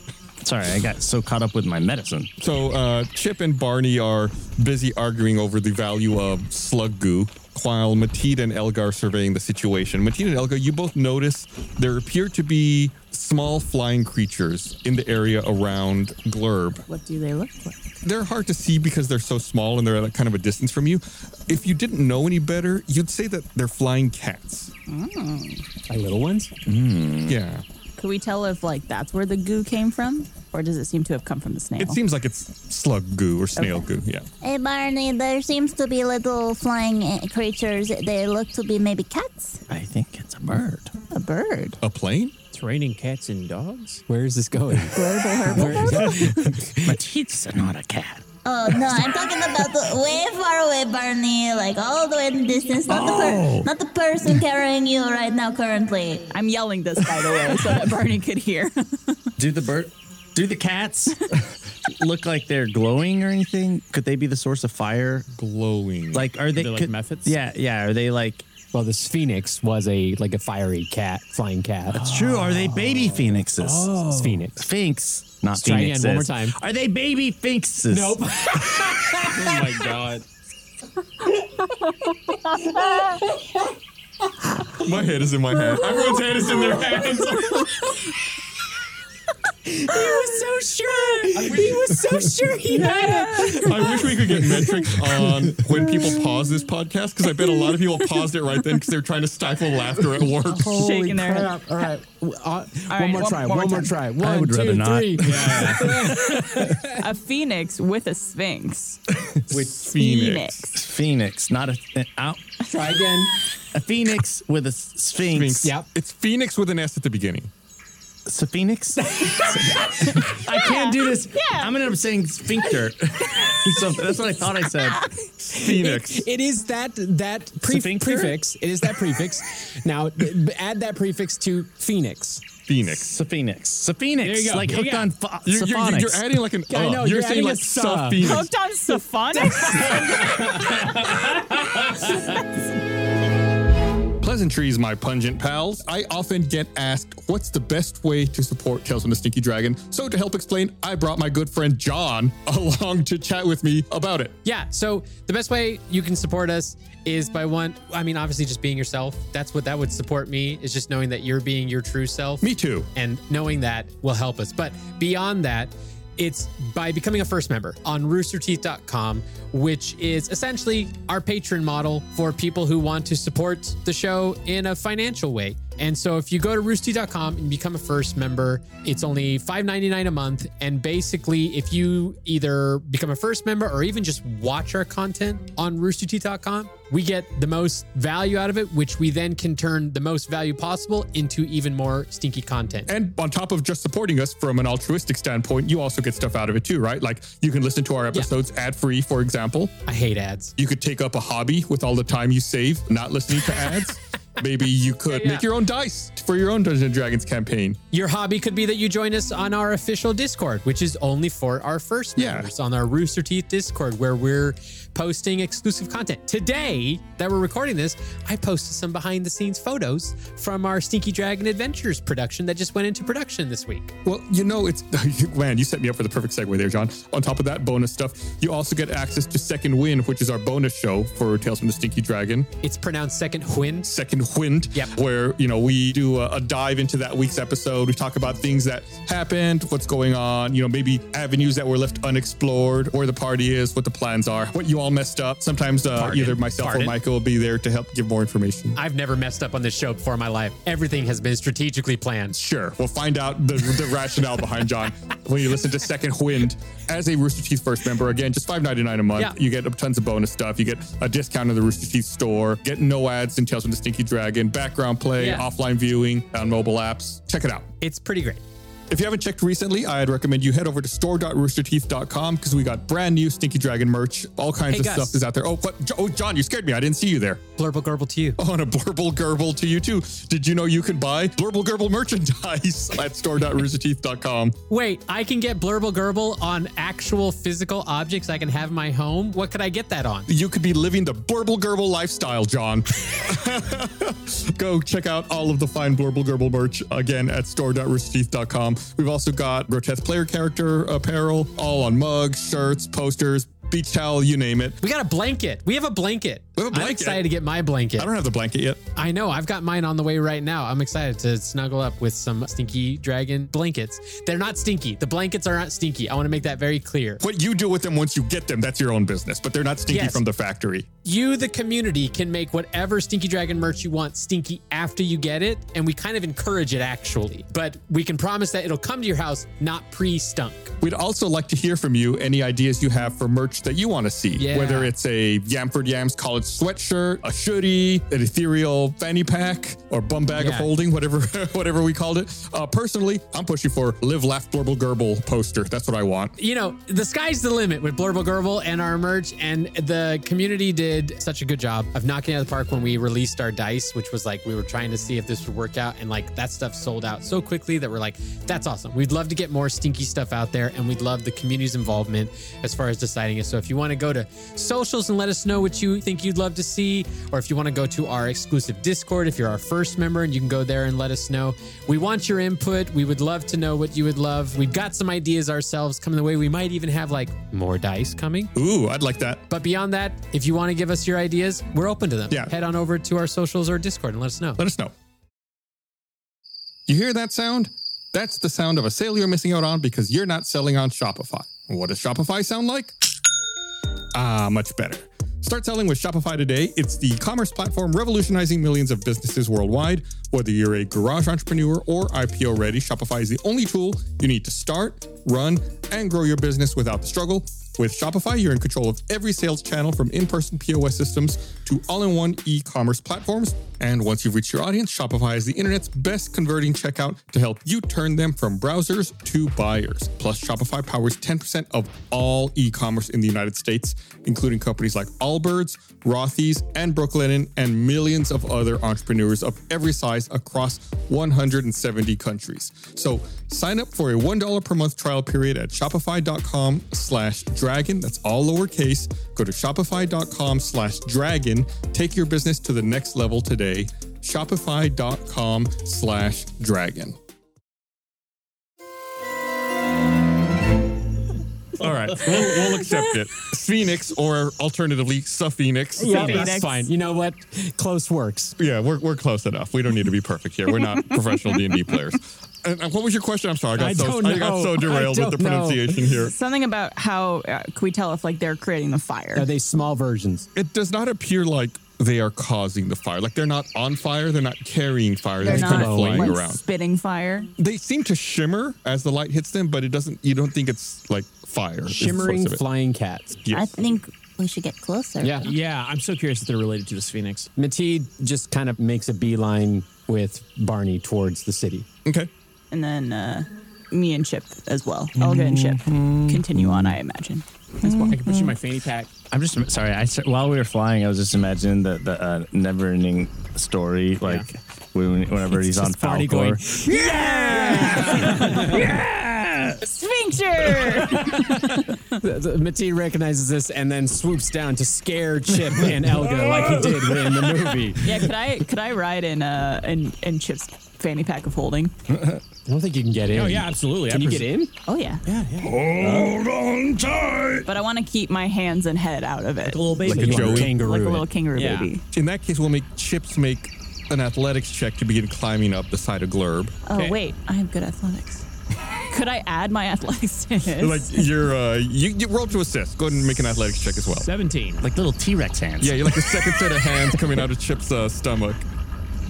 S6: Sorry, I got so caught up with my medicine.
S8: So uh, Chip and Barney are busy arguing over the value of slug goo, while Matida and Elgar are surveying the situation. Matida and Elgar, you both notice there appear to be small flying creatures in the area around Glurb.
S4: What do they look like?
S8: They're hard to see because they're so small and they're at kind of a distance from you. If you didn't know any better, you'd say that they're flying cats.
S3: My Mm. little ones?
S8: Yeah.
S4: Could we tell if like that's where the goo came from, or does it seem to have come from the snail?
S8: It seems like it's slug goo or snail goo. Yeah.
S7: Hey, Barney, there seems to be little flying eh, creatures. They look to be maybe cats.
S6: I think it's a bird.
S4: a bird.
S8: A plane?
S5: It's raining cats and dogs.
S3: Where is this going?
S6: But it's not a cat.
S7: Oh, no, I'm talking about the way far away, Barney, like all the way in the distance. Not, the,
S6: Oh.
S7: per- not the person carrying you right now, currently.
S4: I'm yelling this by the way, so that Barney could hear.
S6: Do the bird? Do the cats look like they're glowing or anything? Could they be the source of fire?
S8: Glowing.
S6: Like, are they,
S5: they like
S6: could-
S5: mephits?
S6: Yeah, yeah. Are they like?
S3: well, this phoenix was a like a fiery cat, flying cat.
S6: It's true. Are they baby phoenixes?
S3: It's phoenix.
S6: Sphinx, not
S3: try again
S6: phoenixes.
S3: one more time.
S6: Are they baby sphinxes? Nope.
S5: Oh my god.
S8: my head is in my head. Everyone's head is in their hands.
S3: So sure. He was so sure he had it.
S8: I wish we could get metrics on when people pause this podcast because I bet a lot of people paused it right then because they're trying to stifle laughter at work.
S4: Shaking their head.
S3: All right. W- uh, one
S4: right,
S3: more
S4: one-
S3: try. One,
S4: one more
S3: more
S4: time.
S3: try. One,
S6: would
S3: two,
S6: rather not.
S3: three.
S4: A phoenix with a sphinx.
S8: With
S6: Phoenix, not a th- out.
S3: try again.
S6: A phoenix with a s- sphinx.
S8: Sphinx.
S3: Yep.
S8: It's Phoenix with an S at the beginning.
S6: It's a phoenix. I can't do this. I'm gonna end up saying sphincter. so that's what I thought I said.
S8: Phoenix.
S3: It is that that pre-
S6: Sphincter?
S3: prefix. It is that prefix. Now b- add that prefix to phoenix.
S8: Phoenix.
S6: It's a phoenix. It's a phoenix.
S5: There you go.
S6: Like
S5: Yeah,
S6: hooked
S5: yeah.
S6: on pho-
S8: You're, you're, you're,
S6: Sophonics.
S8: adding like an. Uh,
S3: I know,
S8: you're,
S3: you're
S8: saying
S3: adding
S8: like
S3: a sa.
S8: sa Phoenix.
S4: Hooked on Sophonics?
S8: Pleasantries, my pungent pals. I often get asked, what's the best way to support Tales from the Stinky Dragon? So, to help explain, I brought my good friend John along to chat with me about it.
S3: Yeah. So the best way you can support us is by one. I mean, obviously, just being yourself. That's what that would support me. Is just knowing that you're being your true self.
S8: Me too.
S3: and knowing that will help us. But beyond that, it's by becoming a first member on roosterteeth.com, which is essentially our patron model for people who want to support the show in a financial way. And so if you go to roosterteeth.com and become a first member, it's only $5.99 a month. And basically, if you either become a first member or even just watch our content on roosterteeth.com, we get the most value out of it, which we then can turn the most value possible into even more stinky content.
S8: And on top of just supporting us from an altruistic standpoint, you also get stuff out of it too, right? Like you can listen to our episodes ad free, for example.
S3: I hate ads.
S8: You could take up a hobby with all the time you save not listening to ads. Maybe you could make your own dice for your own Dungeons and Dragons campaign.
S3: Your hobby could be that you join us on our official Discord, which is only for our first
S8: Yeah.
S3: members on our Rooster Teeth Discord, where we're posting exclusive content. Today that we're recording this, I posted some behind the scenes photos from our Stinky Dragon Adventures production that just went into production this week.
S8: Well, you know, it's man, you set me up for the perfect segue there, John. On top of that bonus stuff, you also get access to Second Win, which is our bonus show for Tales from the Stinky Dragon.
S3: It's pronounced Second Win.
S8: Second Wind,
S3: Yep.
S8: where you know we do a, a dive into that week's episode. We talk about things that happened, what's going on, you know, maybe avenues that were left unexplored, where the party is, what the plans are, what you all messed up. Sometimes uh,
S3: Pardon.
S8: either myself
S3: Pardon.
S8: or Michael will be there to help give more information.
S3: I've never messed up on this show before in my life. Everything has been strategically planned.
S8: Sure, we'll find out the, the rationale behind John when you listen to Second Wind as a Rooster Teeth first member. Again, just five ninety nine a month.
S3: Yeah.
S8: You get tons of bonus stuff. You get a discount in the Rooster Teeth store. Get no ads and Tales from the Stinky Dragon. Background play,
S3: Yeah.
S8: offline viewing on mobile apps. Check it out.
S3: It's pretty great.
S8: If you haven't checked recently, I'd recommend you head over to store.roosterteeth.com because we got brand new Stinky Dragon merch. All kinds
S3: Hey,
S8: of
S3: Gus.
S8: stuff is out there. Oh, but oh, John, you scared me. I didn't see you there.
S3: Blurble gurble to you.
S8: Oh, and a blurble gerbil to you too. Did you know you can buy blurble gerbil merchandise at store.roosterteeth.com?
S3: Wait, I can get blurble gurble on actual physical objects I can have in my home. What could I get that on?
S8: You could be living the blurble gerbil lifestyle, John. Go check out all of the fine blurble gerbil merch again at store.roosterteeth.com. We've also got grotesque player character apparel, all on mugs, shirts, posters, beach towel, you name it.
S3: We got a blanket. We have a blanket.
S8: We have a
S3: I'm
S8: blanket.
S3: excited to get my blanket.
S8: I don't have the blanket yet.
S3: I know. I've got mine on the way right now. I'm excited to snuggle up with some stinky dragon blankets. They're not stinky. The blankets are not stinky. I want to make that very clear.
S8: What you do with them once you get them, that's your own business, but they're not stinky
S3: Yes.
S8: from the factory.
S3: You, the community, can make whatever stinky dragon merch you want stinky after you get it. And we kind of encourage it actually. But we can promise that it'll come to your house not pre stunk.
S8: We'd also like to hear from you any ideas you have for merch that you want to see.
S3: Yeah.
S8: Whether it's a Yamford Yams college sweatshirt, a hoodie, an ethereal fanny pack, or bum bag of
S3: Yeah.
S8: holding, whatever whatever we called it. Uh, personally, I'm pushing for live, laugh, blurble, gerbil poster. That's what I want.
S3: you know, the sky's the limit with Blurble Gerbil and our merch. And the community did such a good job of knocking it out of the park when we released our dice, which was like we were trying to see if this would work out. And like that stuff sold out so quickly that we're like, that's awesome. We'd love to get more stinky stuff out there. And we'd love the community's involvement as far as deciding it. So if you want to go to socials and let us know what you think you'd love to see, or if you want to go to our exclusive Discord, if you're our first member and you can go there and let us know. We want your input. We would love to know what you would love. We've got some ideas ourselves coming the way. We might even have like more dice coming.
S8: Ooh, I'd like that.
S3: But beyond that, if you want to give us your ideas, we're open to them.
S8: Yeah.
S3: Head on over to our socials or Discord and let us know.
S8: Let us know. You hear that sound? That's the sound of a sale you're missing out on because you're not selling on Shopify. What does Shopify sound like? Ah, much better. Start selling with Shopify today. It's the commerce platform revolutionizing millions of businesses worldwide. Whether you're a garage entrepreneur or IPO ready, Shopify is the only tool you need to start, run, and grow your business without the struggle. With Shopify, you're in control of every sales channel from in person POS systems to all in one e commerce platforms. And once you've reached your audience, Shopify is the internet's best converting checkout to help you turn them from browsers to buyers. Plus, Shopify powers 10% of all e commerce in the United States, including companies like Allbirds, Rothy's, and Brooklinen, and millions of other entrepreneurs of every size across 170 countries. So sign up for a $1 per month trial period at shopify.com slash dragon. That's all lowercase. Go to shopify.com slash dragon. Take your business to the next level today. Shopify.com slash dragon. All right, we'll, we'll accept it. Phoenix, or alternatively, Suffenix.
S4: Yeah, Phoenix. that's fine.
S3: You know what? Close works.
S8: Yeah, we're, we're close enough. We don't need to be perfect here. We're not professional D and D players. And and what was your question? I'm sorry, I got
S3: I
S8: so
S3: don't
S8: I got
S3: know.
S8: so derailed
S3: I
S8: with the
S3: don't know.
S8: pronunciation here.
S4: Something about how uh, can we tell if like they're creating the fire?
S3: Are they small versions?
S8: It does not appear like they are causing the fire. Like they're not on fire. They're not carrying fire. They're,
S4: they're
S8: just kind of
S4: not
S8: flying
S4: like
S8: around.
S4: spitting fire.
S8: They seem to shimmer as the light hits them, but it doesn't. You don't think it's like fire. is the force
S3: Shimmering
S8: of it.
S3: flying cats.
S7: I think we should get closer.
S3: Yeah.
S9: Yeah, I'm so curious if they're related to this phoenix.
S3: Mateed just kind of makes a beeline with Barney towards the city.
S8: Okay.
S4: And then uh, me and Chip as well. Elga and Chip
S3: Mm-hmm.
S4: continue on, I imagine. As well.
S9: I can put you in my fanny pack.
S6: I'm just sorry. I s- while we were flying, I was just imagining the the uh, never-ending story, like when, whenever he's on
S9: Barney going,
S6: Falcor.
S4: Sphincter!
S3: Mateed recognizes this and then swoops down to scare Chip and Elga like he did in the movie.
S4: yeah, could I could I ride in uh in, in Chip's fanny pack of holding?
S3: I don't think you can get in.
S9: Oh yeah, absolutely.
S3: Can
S9: I
S3: you
S9: pres-
S3: get in?
S4: Oh yeah.
S11: Hold on tight.
S4: But I want to keep my hands and head out of it.
S9: Little baby,
S8: Like a
S9: you are.
S8: Joey.
S3: Kangaroo.
S4: Like a
S3: it.
S4: little kangaroo
S9: Yeah.
S4: baby.
S8: In that case, we'll make chips make an athletics check to begin climbing up the side of Glurb.
S4: Oh wait, I have good athletics. Could I add my athletics to his?
S8: Like you're uh you, you roll to assist. Go ahead and make an athletics check as well.
S9: 17.
S6: Like little T Rex hands.
S8: Yeah, you're like the second set of hands coming out of Chip's uh, stomach.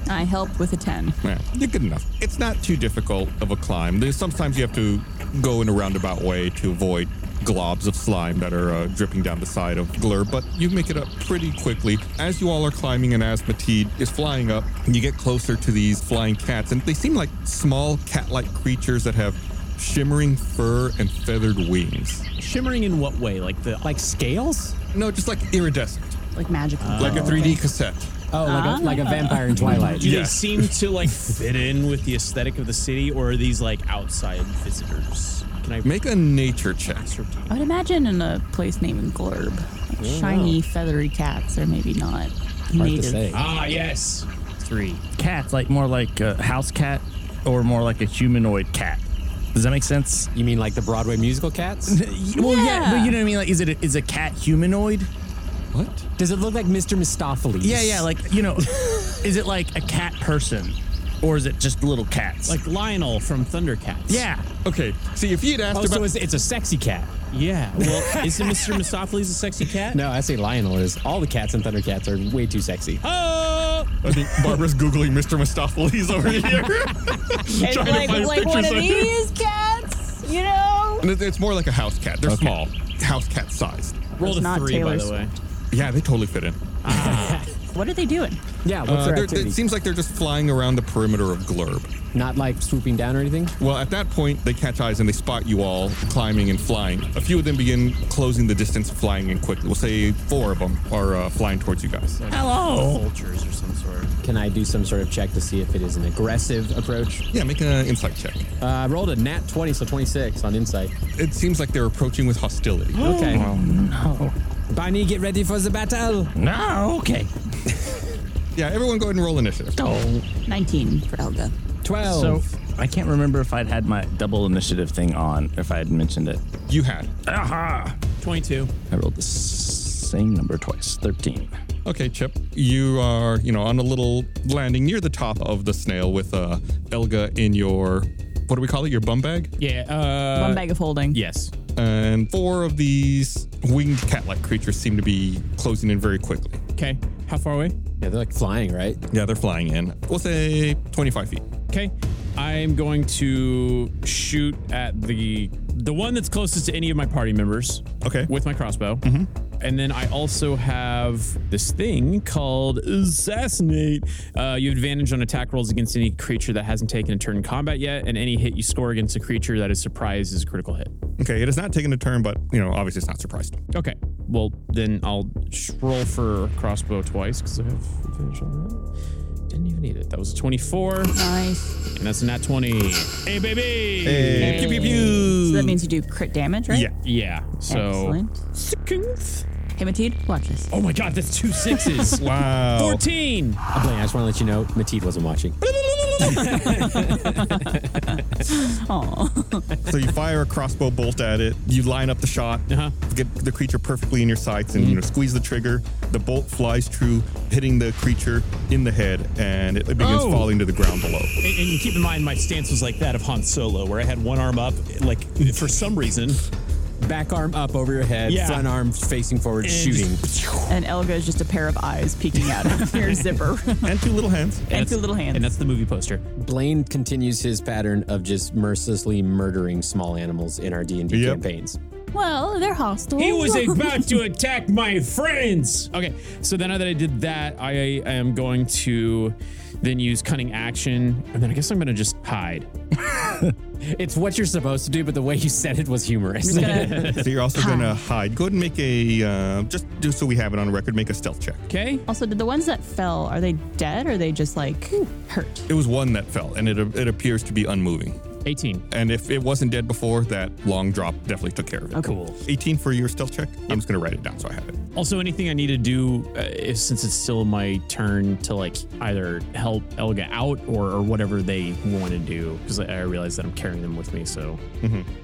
S4: I helped with a ten.
S8: Yeah, you're good enough. It's not too difficult of a climb. There's sometimes you have to go in a roundabout way to avoid globs of slime that are uh, dripping down the side of Glurb, but you make it up pretty quickly. As you all are climbing and as Mateed is flying up, you get closer to these flying cats, and they seem like small cat-like creatures that have shimmering fur and feathered wings.
S9: Shimmering in what way? Like the
S3: Like scales?
S8: No, just like iridescent,
S4: Like magical. Ah.
S8: like a 3D cassette.
S3: Oh, like, a, like a vampire in Twilight.
S9: Do
S8: Yeah.
S9: they seem to like fit in with the aesthetic of the city, or are these like outside visitors? Can I
S8: Make a nature check.
S4: I would imagine in a place named Glorb, like shiny feathery cats are maybe not
S3: Oh. Hard to
S4: native.
S3: say.
S9: Ah, yes. Three.
S6: Cats, like more like a house cat or more like a humanoid cat. Does that make sense?
S3: You mean like the Broadway musical cats?
S6: Well, yeah,
S4: Yeah.
S6: but you know what I mean. Like, is it a, is a cat humanoid?
S8: What?
S3: Does it look like Mr. Mistopheles?
S6: Yeah, yeah. Like you know, is it like a cat person, or is it just little cats?
S9: Like Lionel from Thundercats.
S6: yeah,
S8: Okay, see, if you'd asked
S3: Oh,
S8: about...
S3: so it's, it's a sexy cat.
S9: Yeah. Well, isn't Mr. Mistopheles a sexy cat?
S3: No, I say Lionel is. All the cats in Thundercats are way too sexy.
S9: Oh!
S8: I think Barbara's googling Mr. Mistopheles over here.
S4: It's
S8: Trying to
S4: like,
S8: find
S4: like one of
S8: pictures of-
S4: these cats, you know?
S8: And it- it's more like a house cat. They're small, house cat sized.
S9: Rolled
S4: It's
S9: a
S4: not
S9: three,
S4: Taylor
S9: by the way.
S8: Yeah, they totally fit in.
S4: What are they doing?
S3: Yeah, what's
S8: Uh,
S3: their
S8: they're-
S3: activity?
S8: it seems like they're just flying around the perimeter of Glurb.
S3: Not like swooping down or anything?
S8: Well, at that point, they catch eyes and they spot you all climbing and flying. A few of them begin closing the distance, flying in quickly. We'll say four of them are uh, flying towards you guys.
S6: hello.
S9: Vultures or some sort.
S3: Can I do some sort of check to see if it is an aggressive approach?
S8: Yeah, make an insight check.
S3: Uh, I rolled a nat 20, so 26 on insight.
S8: It seems like they're approaching with hostility.
S3: Okay.
S6: Oh,
S3: Barney, get ready for the battle.
S6: No, okay.
S8: Yeah, everyone go ahead and roll initiative.
S6: Oh,
S4: 19 for Elga.
S3: 12.
S6: so I can't remember if I'd had my double initiative thing on, if I had mentioned it.
S8: You had.
S6: Aha!
S9: 22.
S6: I rolled the s- same number twice. Thirteen.
S8: Okay, Chip. You are, you know, on a little landing near the top of the snail with uh, Elga in your, what do we call it? Your bum bag?
S5: Yeah. Uh,
S4: One bag of holding.
S5: Yes.
S8: And four of these winged cat-like creatures seem to be closing in very quickly.
S5: Okay. How far away?
S3: yeah, they're like flying, right?
S8: Yeah, they're flying in. We'll say 25 feet.
S5: Okay. I'm going to shoot at the the one that's closest to any of my party members.
S8: Okay.
S5: With my crossbow. Mm-hmm. And then I also have this thing called assassinate. Uh, you have advantage on attack rolls against any creature that hasn't taken a turn in combat yet, and any hit you score against a creature that is surprised is a critical hit.
S8: Okay, it has not taken a turn, but, you know, obviously it's not surprised.
S5: Okay. Well, then I'll sh- roll for crossbow twice because I have advantage on that. Didn't even need it. That was a 24, and
S4: Nice.
S5: that's a nat 20. Hey, baby!
S4: Pew, pew, pew. So that means you do crit damage, right?
S8: Yeah.
S5: Yeah. So.
S4: Excellent.
S5: Excellent.
S4: Hey, Mateed, watch this.
S5: Oh my god, that's two sixes.
S8: Wow.
S5: 14.
S3: Uh, Blaine, I just want to let you know Mateed wasn't watching.
S4: Oh.
S8: so you fire a crossbow bolt at it. You line up the shot,
S5: Uh-huh.
S8: get the creature perfectly in your sights, and you know
S3: Mm-hmm.
S8: squeeze the trigger. The bolt flies true, hitting the creature in the head, and it, it begins
S5: Oh.
S8: falling to the ground below.
S9: And, and keep in mind, my stance was like that of Han Solo, where I had one arm up, like for some reason.
S3: Back arm up over your head,
S9: Yeah.
S3: front arm facing forward,
S9: and-
S3: shooting.
S4: And Elga is just a pair of eyes peeking out of your zipper.
S8: And two little hands.
S4: and two little hands.
S5: And that's the movie poster.
S3: Blaine continues his pattern of just mercilessly murdering small animals in our D&D
S8: Yep.
S3: campaigns.
S4: well, they're hostile.
S5: He was about to attack my friends. Okay, so then now that I did that, I am going to then use cunning action, and then I guess I'm gonna just hide.
S3: It's what you're supposed to do, but the way you said it was humorous.
S4: Just gonna-
S8: So you're also gonna hide. Go ahead and make a uh, just just so we have it on record. Make a stealth check.
S5: Okay.
S4: also, did the ones that fell, are they dead or are they just like hurt?
S8: It was one that fell, and it it appears to be unmoving.
S5: 18.
S8: And if it wasn't dead before, that long drop definitely took care of it.
S5: Cool.
S8: 18 for your stealth check. I'm just gonna write it down so I have it.
S5: Also, anything I need to do, uh, if, since it's still my turn to like either help Elga out or, or whatever they want to do, because I, I realize that I'm carrying them with me. So,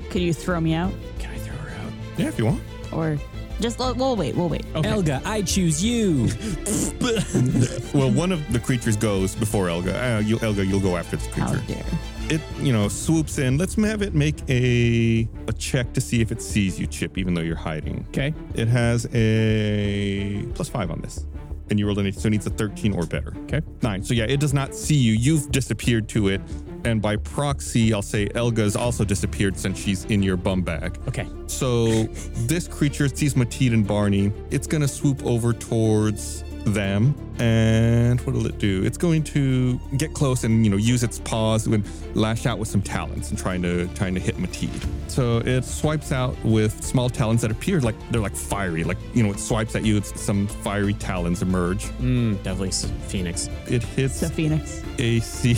S4: Could you throw me out?
S5: can I throw her out?
S8: Yeah, if Mm-hmm. you want.
S4: Or Just we'll, we'll wait. We'll wait.
S3: Elga, I choose you.
S8: well, one of the creatures goes before Elga. Uh, you, Elga, you'll go after this
S4: How
S8: creature.
S4: dare!
S8: It, you know, swoops in. Let's have it make a a check to see if it sees you, Chip, even though you're hiding.
S5: Okay.
S8: It has a plus five on this. And you rolled an eight, so it needs a 13 or better.
S5: Okay.
S8: Nine. So yeah, it does not see you. You've disappeared to it. And by proxy, I'll say Elga's also disappeared since she's in your bum bag.
S5: Okay.
S8: So this creature sees Mateed and Barney. It's going to swoop over towards them. And what'll it do? It's going to get close and, you know, use its paws and lash out with some talons and trying to trying to hit Mateed. So it swipes out with small talons that appear like they're like fiery. Like, you know, it swipes at you. It's some fiery talons emerge.
S5: Definitely s- Phoenix.
S8: It hits
S4: It's a phoenix.
S8: AC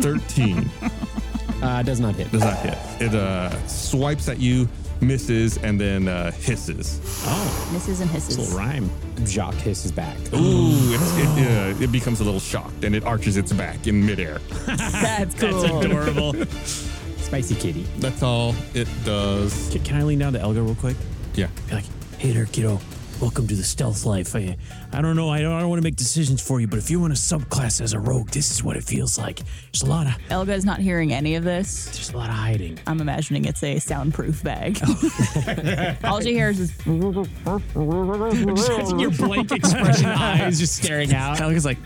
S8: 13.
S3: Uh, does not hit.
S8: Does not hit. It uh, swipes at you, misses, and then uh, hisses.
S4: Misses and hisses.
S5: Little rhyme.
S3: Jacques hisses back.
S8: Ooh, it's, it, uh, it becomes a little shocked and it arches its back in midair.
S4: That's cool.
S5: Adorable.
S3: Spicy kitty.
S8: That's all it does.
S9: Can, can I lean down to Elgar real quick?
S8: Yeah.
S9: Be like, hey there, kiddo. Welcome to the stealth life. I, I don't know. I don't, I don't want to make decisions for you, but if you're in a subclass as a rogue, this is what it feels like. There's a lot of
S4: Elga's not hearing any of this.
S9: there's a lot of hiding.
S4: I'm imagining it's a soundproof bag. All she hears is
S5: Your blank expression eyes just staring out.
S6: Elga's like,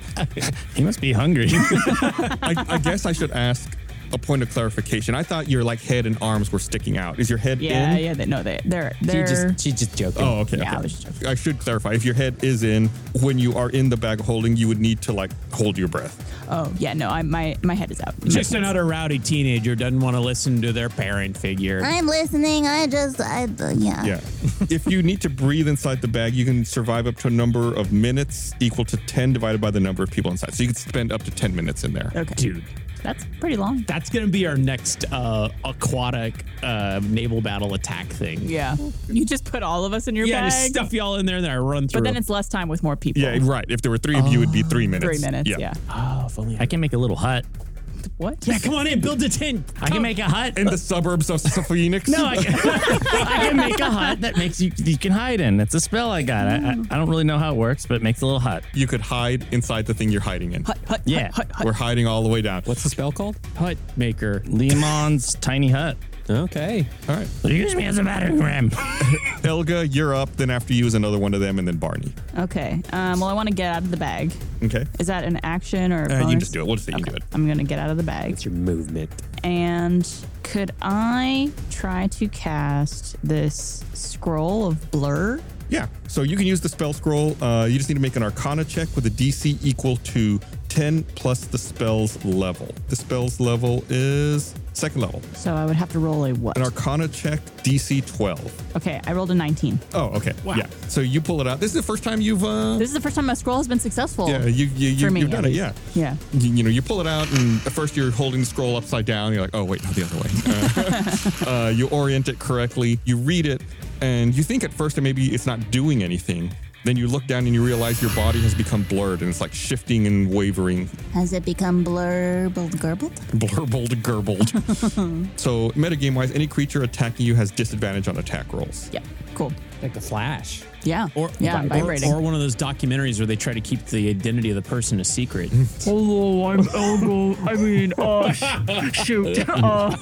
S6: he must be hungry.
S8: I, I guess I should ask a point of clarification. I thought your like head and arms were sticking out. Is your head
S4: yeah,
S8: in?
S4: yeah. They know they they're
S3: She
S4: they're
S3: just, she's just joking.
S8: Oh, okay.
S4: Yeah, I
S8: okay.
S4: was joking.
S8: I should clarify. If your head is in, when you are in the bag of holding, you would need to like hold your breath.
S4: oh yeah no I my my head is out.
S5: Just another rowdy teenager doesn't want to listen to their parent figure.
S7: I'm listening. I just, I, yeah.
S8: Yeah. if you need to breathe inside the bag, you can survive up to a number of minutes equal to 10 divided by the number of people inside. So you could spend up to 10 minutes in there.
S4: okay.
S5: Dude,
S4: That's pretty long.
S5: that's going to be our next uh, aquatic uh, naval battle attack thing.
S4: Yeah. You just put all of us in your
S5: Yeah, just
S4: bag.
S5: stuff y'all in there and then I run through.
S4: but then it's less time with more people.
S8: Yeah, right. If there were three of you, it'd be three minutes.
S4: Three minutes. Yeah.
S5: oh, if only I
S6: I
S5: can.
S6: can make a little hut.
S4: What?
S5: Yeah, come on in, build a tent.
S6: I can make a hut.
S8: In the suburbs of Phoenix.
S6: No, I can, I can make a hut that makes you you can hide in. It's a spell I got. I, I, I don't really know how it works, but it makes a little hut.
S8: you could hide inside the thing you're hiding in.
S4: Hut, hut,
S6: Yeah.
S4: Hut, hut, hut.
S8: We're hiding all the way down.
S3: What's the spell called?
S5: hut maker.
S6: Limon's tiny hut.
S3: Okay.
S8: All right.
S6: Use me as a battering ram.
S8: Elga, you're up. Then after you is another one of them, and then Barney.
S4: Okay. Um, well, I want to get out of the bag.
S8: Okay.
S4: Is that an action or?
S8: Mm. Uh, you can just do it. We'll just say you do it.
S4: I'm gonna get out of the bag.
S3: It's your movement.
S4: And could I try to cast this scroll of blur?
S8: Yeah. So you can use the spell scroll. Uh, you just need to make an arcana check with a DC equal to 10 plus the spell's level. The spell's level is second level.
S4: So I would have to roll a what?
S8: An arcana check, DC 12.
S4: okay, I rolled a 19.
S8: Oh, okay. Yeah. So you pull it out. This is the first time you've. Uh,
S4: This is the first time my scroll has been successful.
S8: yeah, you, you, you,
S4: for me,
S8: you've done
S4: at
S8: it.
S4: least.
S8: Yeah.
S4: Yeah.
S8: You, you know, you pull it out, and at first you're holding the scroll upside down. You're like, oh, wait, not the other way. Uh, uh, you orient it correctly. You read it, and you think at first that maybe it's not doing anything. Then you look down and you realize your body has become blurred and it's like shifting and wavering,
S7: Has it become blurbled, gurbled?
S8: blurbled, gerbled. so, metagame wise, any creature attacking you has disadvantage on attack rolls.
S4: Yeah. Cool.
S3: Like the flash.
S4: Yeah.
S5: Or,
S4: yeah, I'm
S5: or-
S4: vibrating.
S5: or one of those documentaries where they try to keep the identity of the person a secret.
S8: Hmm.
S12: Hello, I'm Elgo. I mean, uh, shoot. Uh,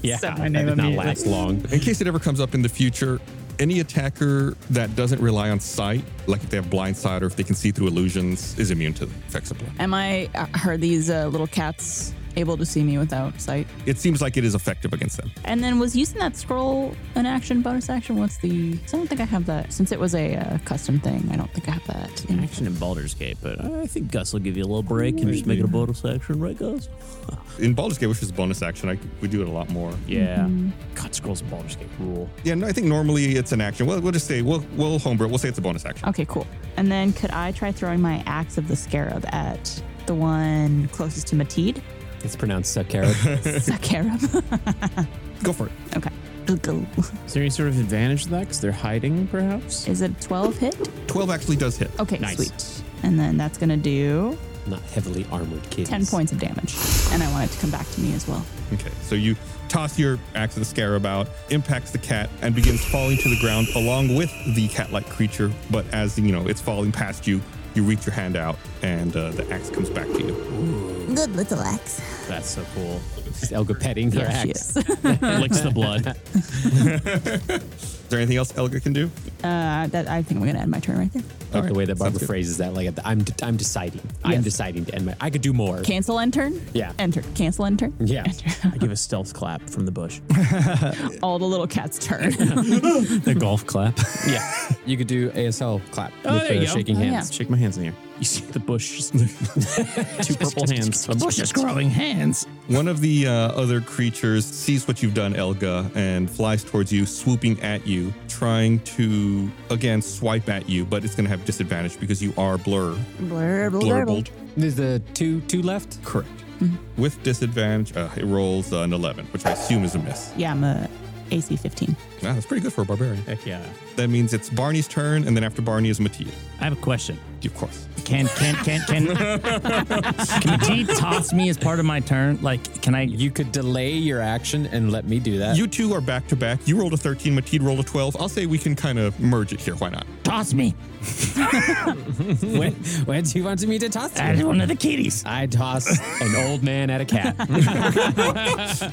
S5: yeah,
S4: Said my
S5: that
S4: name
S5: did not
S4: immediately.
S5: last long.
S8: In case it ever comes up in the future, any attacker that doesn't rely on sight, like if they have blind sight or if they can see through illusions, is immune to the effects of blur.
S4: Am I, are these uh, little cats able to see me without sight?
S8: It seems like it is effective against them.
S4: And then was using that scroll an action, bonus action? What's the, 'cause I don't think I have that. Since it was a uh, custom thing, I don't think I have that. in-
S9: Action in Baldur's Gate, but uh, I think Gus will give you a little break and just make it a bonus action, right, Gus?
S8: In Baldur's Gate, which is bonus action, I, we do it a lot more.
S9: Yeah. God, scrolls in Baldur's Gate rule.
S8: Yeah, no, I think normally it's an action. We'll, we'll just say we'll we'll homebrew. it. We'll say it's a bonus action.
S4: Okay, cool. And then could I try throwing my axe of the scarab at the one closest to Mateed?
S3: It's pronounced Sakara.
S4: Scarab.
S8: Go for it.
S4: okay.
S5: Is there any sort of advantage to that? Because they're hiding, perhaps?
S4: Is it 12 hit?
S8: Twelve actually does hit.
S4: Okay,
S5: Nice.
S4: sweet. And then that's going to do
S3: not heavily armored kids.
S4: 10 points of damage. and I want it to come back to me as well.
S8: Okay, so you toss your axe at the scarab out, impacts the cat, and begins falling to the ground along with the cat-like creature. But as you know, it's falling past you. You reach your hand out, and uh, the axe comes back to you.
S7: Good little axe.
S5: That's so cool.
S3: Elga petting her
S8: Yeah, she
S3: axe.
S8: is.
S5: Licks the blood.
S8: Is there anything else Elga can do?
S4: Uh, that I think I'm gonna end my turn right there.
S3: I like the way that Barbara phrases that, like at the, I'm, I'm deciding, I'm deciding to end my. I could do more.
S4: Cancel end turn.
S3: Yeah.
S4: End turn. Cancel end turn.
S3: Yeah.
S5: I give a stealth clap from the bush.
S4: All the little cats turn.
S5: the golf clap.
S3: Yeah, you could do ASL clap
S5: Oh,
S3: with
S5: there you
S3: the
S5: go.
S3: shaking
S5: Oh,
S3: hands.
S5: yeah.
S3: Shake my hands in the air.
S5: You see the bush, two purple hands. The bush is growing hands.
S8: One of the uh, other creatures sees what you've done, Elga, and flies towards you, swooping at you, trying to again swipe at you, but it's going to have disadvantage because you are blur.
S7: Blurble, blurble.
S8: Blurbled.
S3: There's the two two left. Mm-hmm.
S8: Correct. With disadvantage, uh, it rolls uh, an 11, which I assume is a miss.
S4: yeah, I'm a AC 15.
S8: Wow, that's pretty good for a barbarian.
S5: Heck yeah.
S8: That means it's Barney's turn, and then after Barney is Mattia.
S6: I have a question.
S8: Of course.
S6: Can can can can can T toss me as part of my turn? Like, can I?
S3: You could delay your action and let me do that.
S8: You two are back to back. You rolled a 13, Matid rolled a 12. I'll say we can kind of merge it here. Why not?
S6: Toss me.
S3: when, when do you want me to toss you?
S6: At one of the kitties.
S3: I toss an old man at a cat.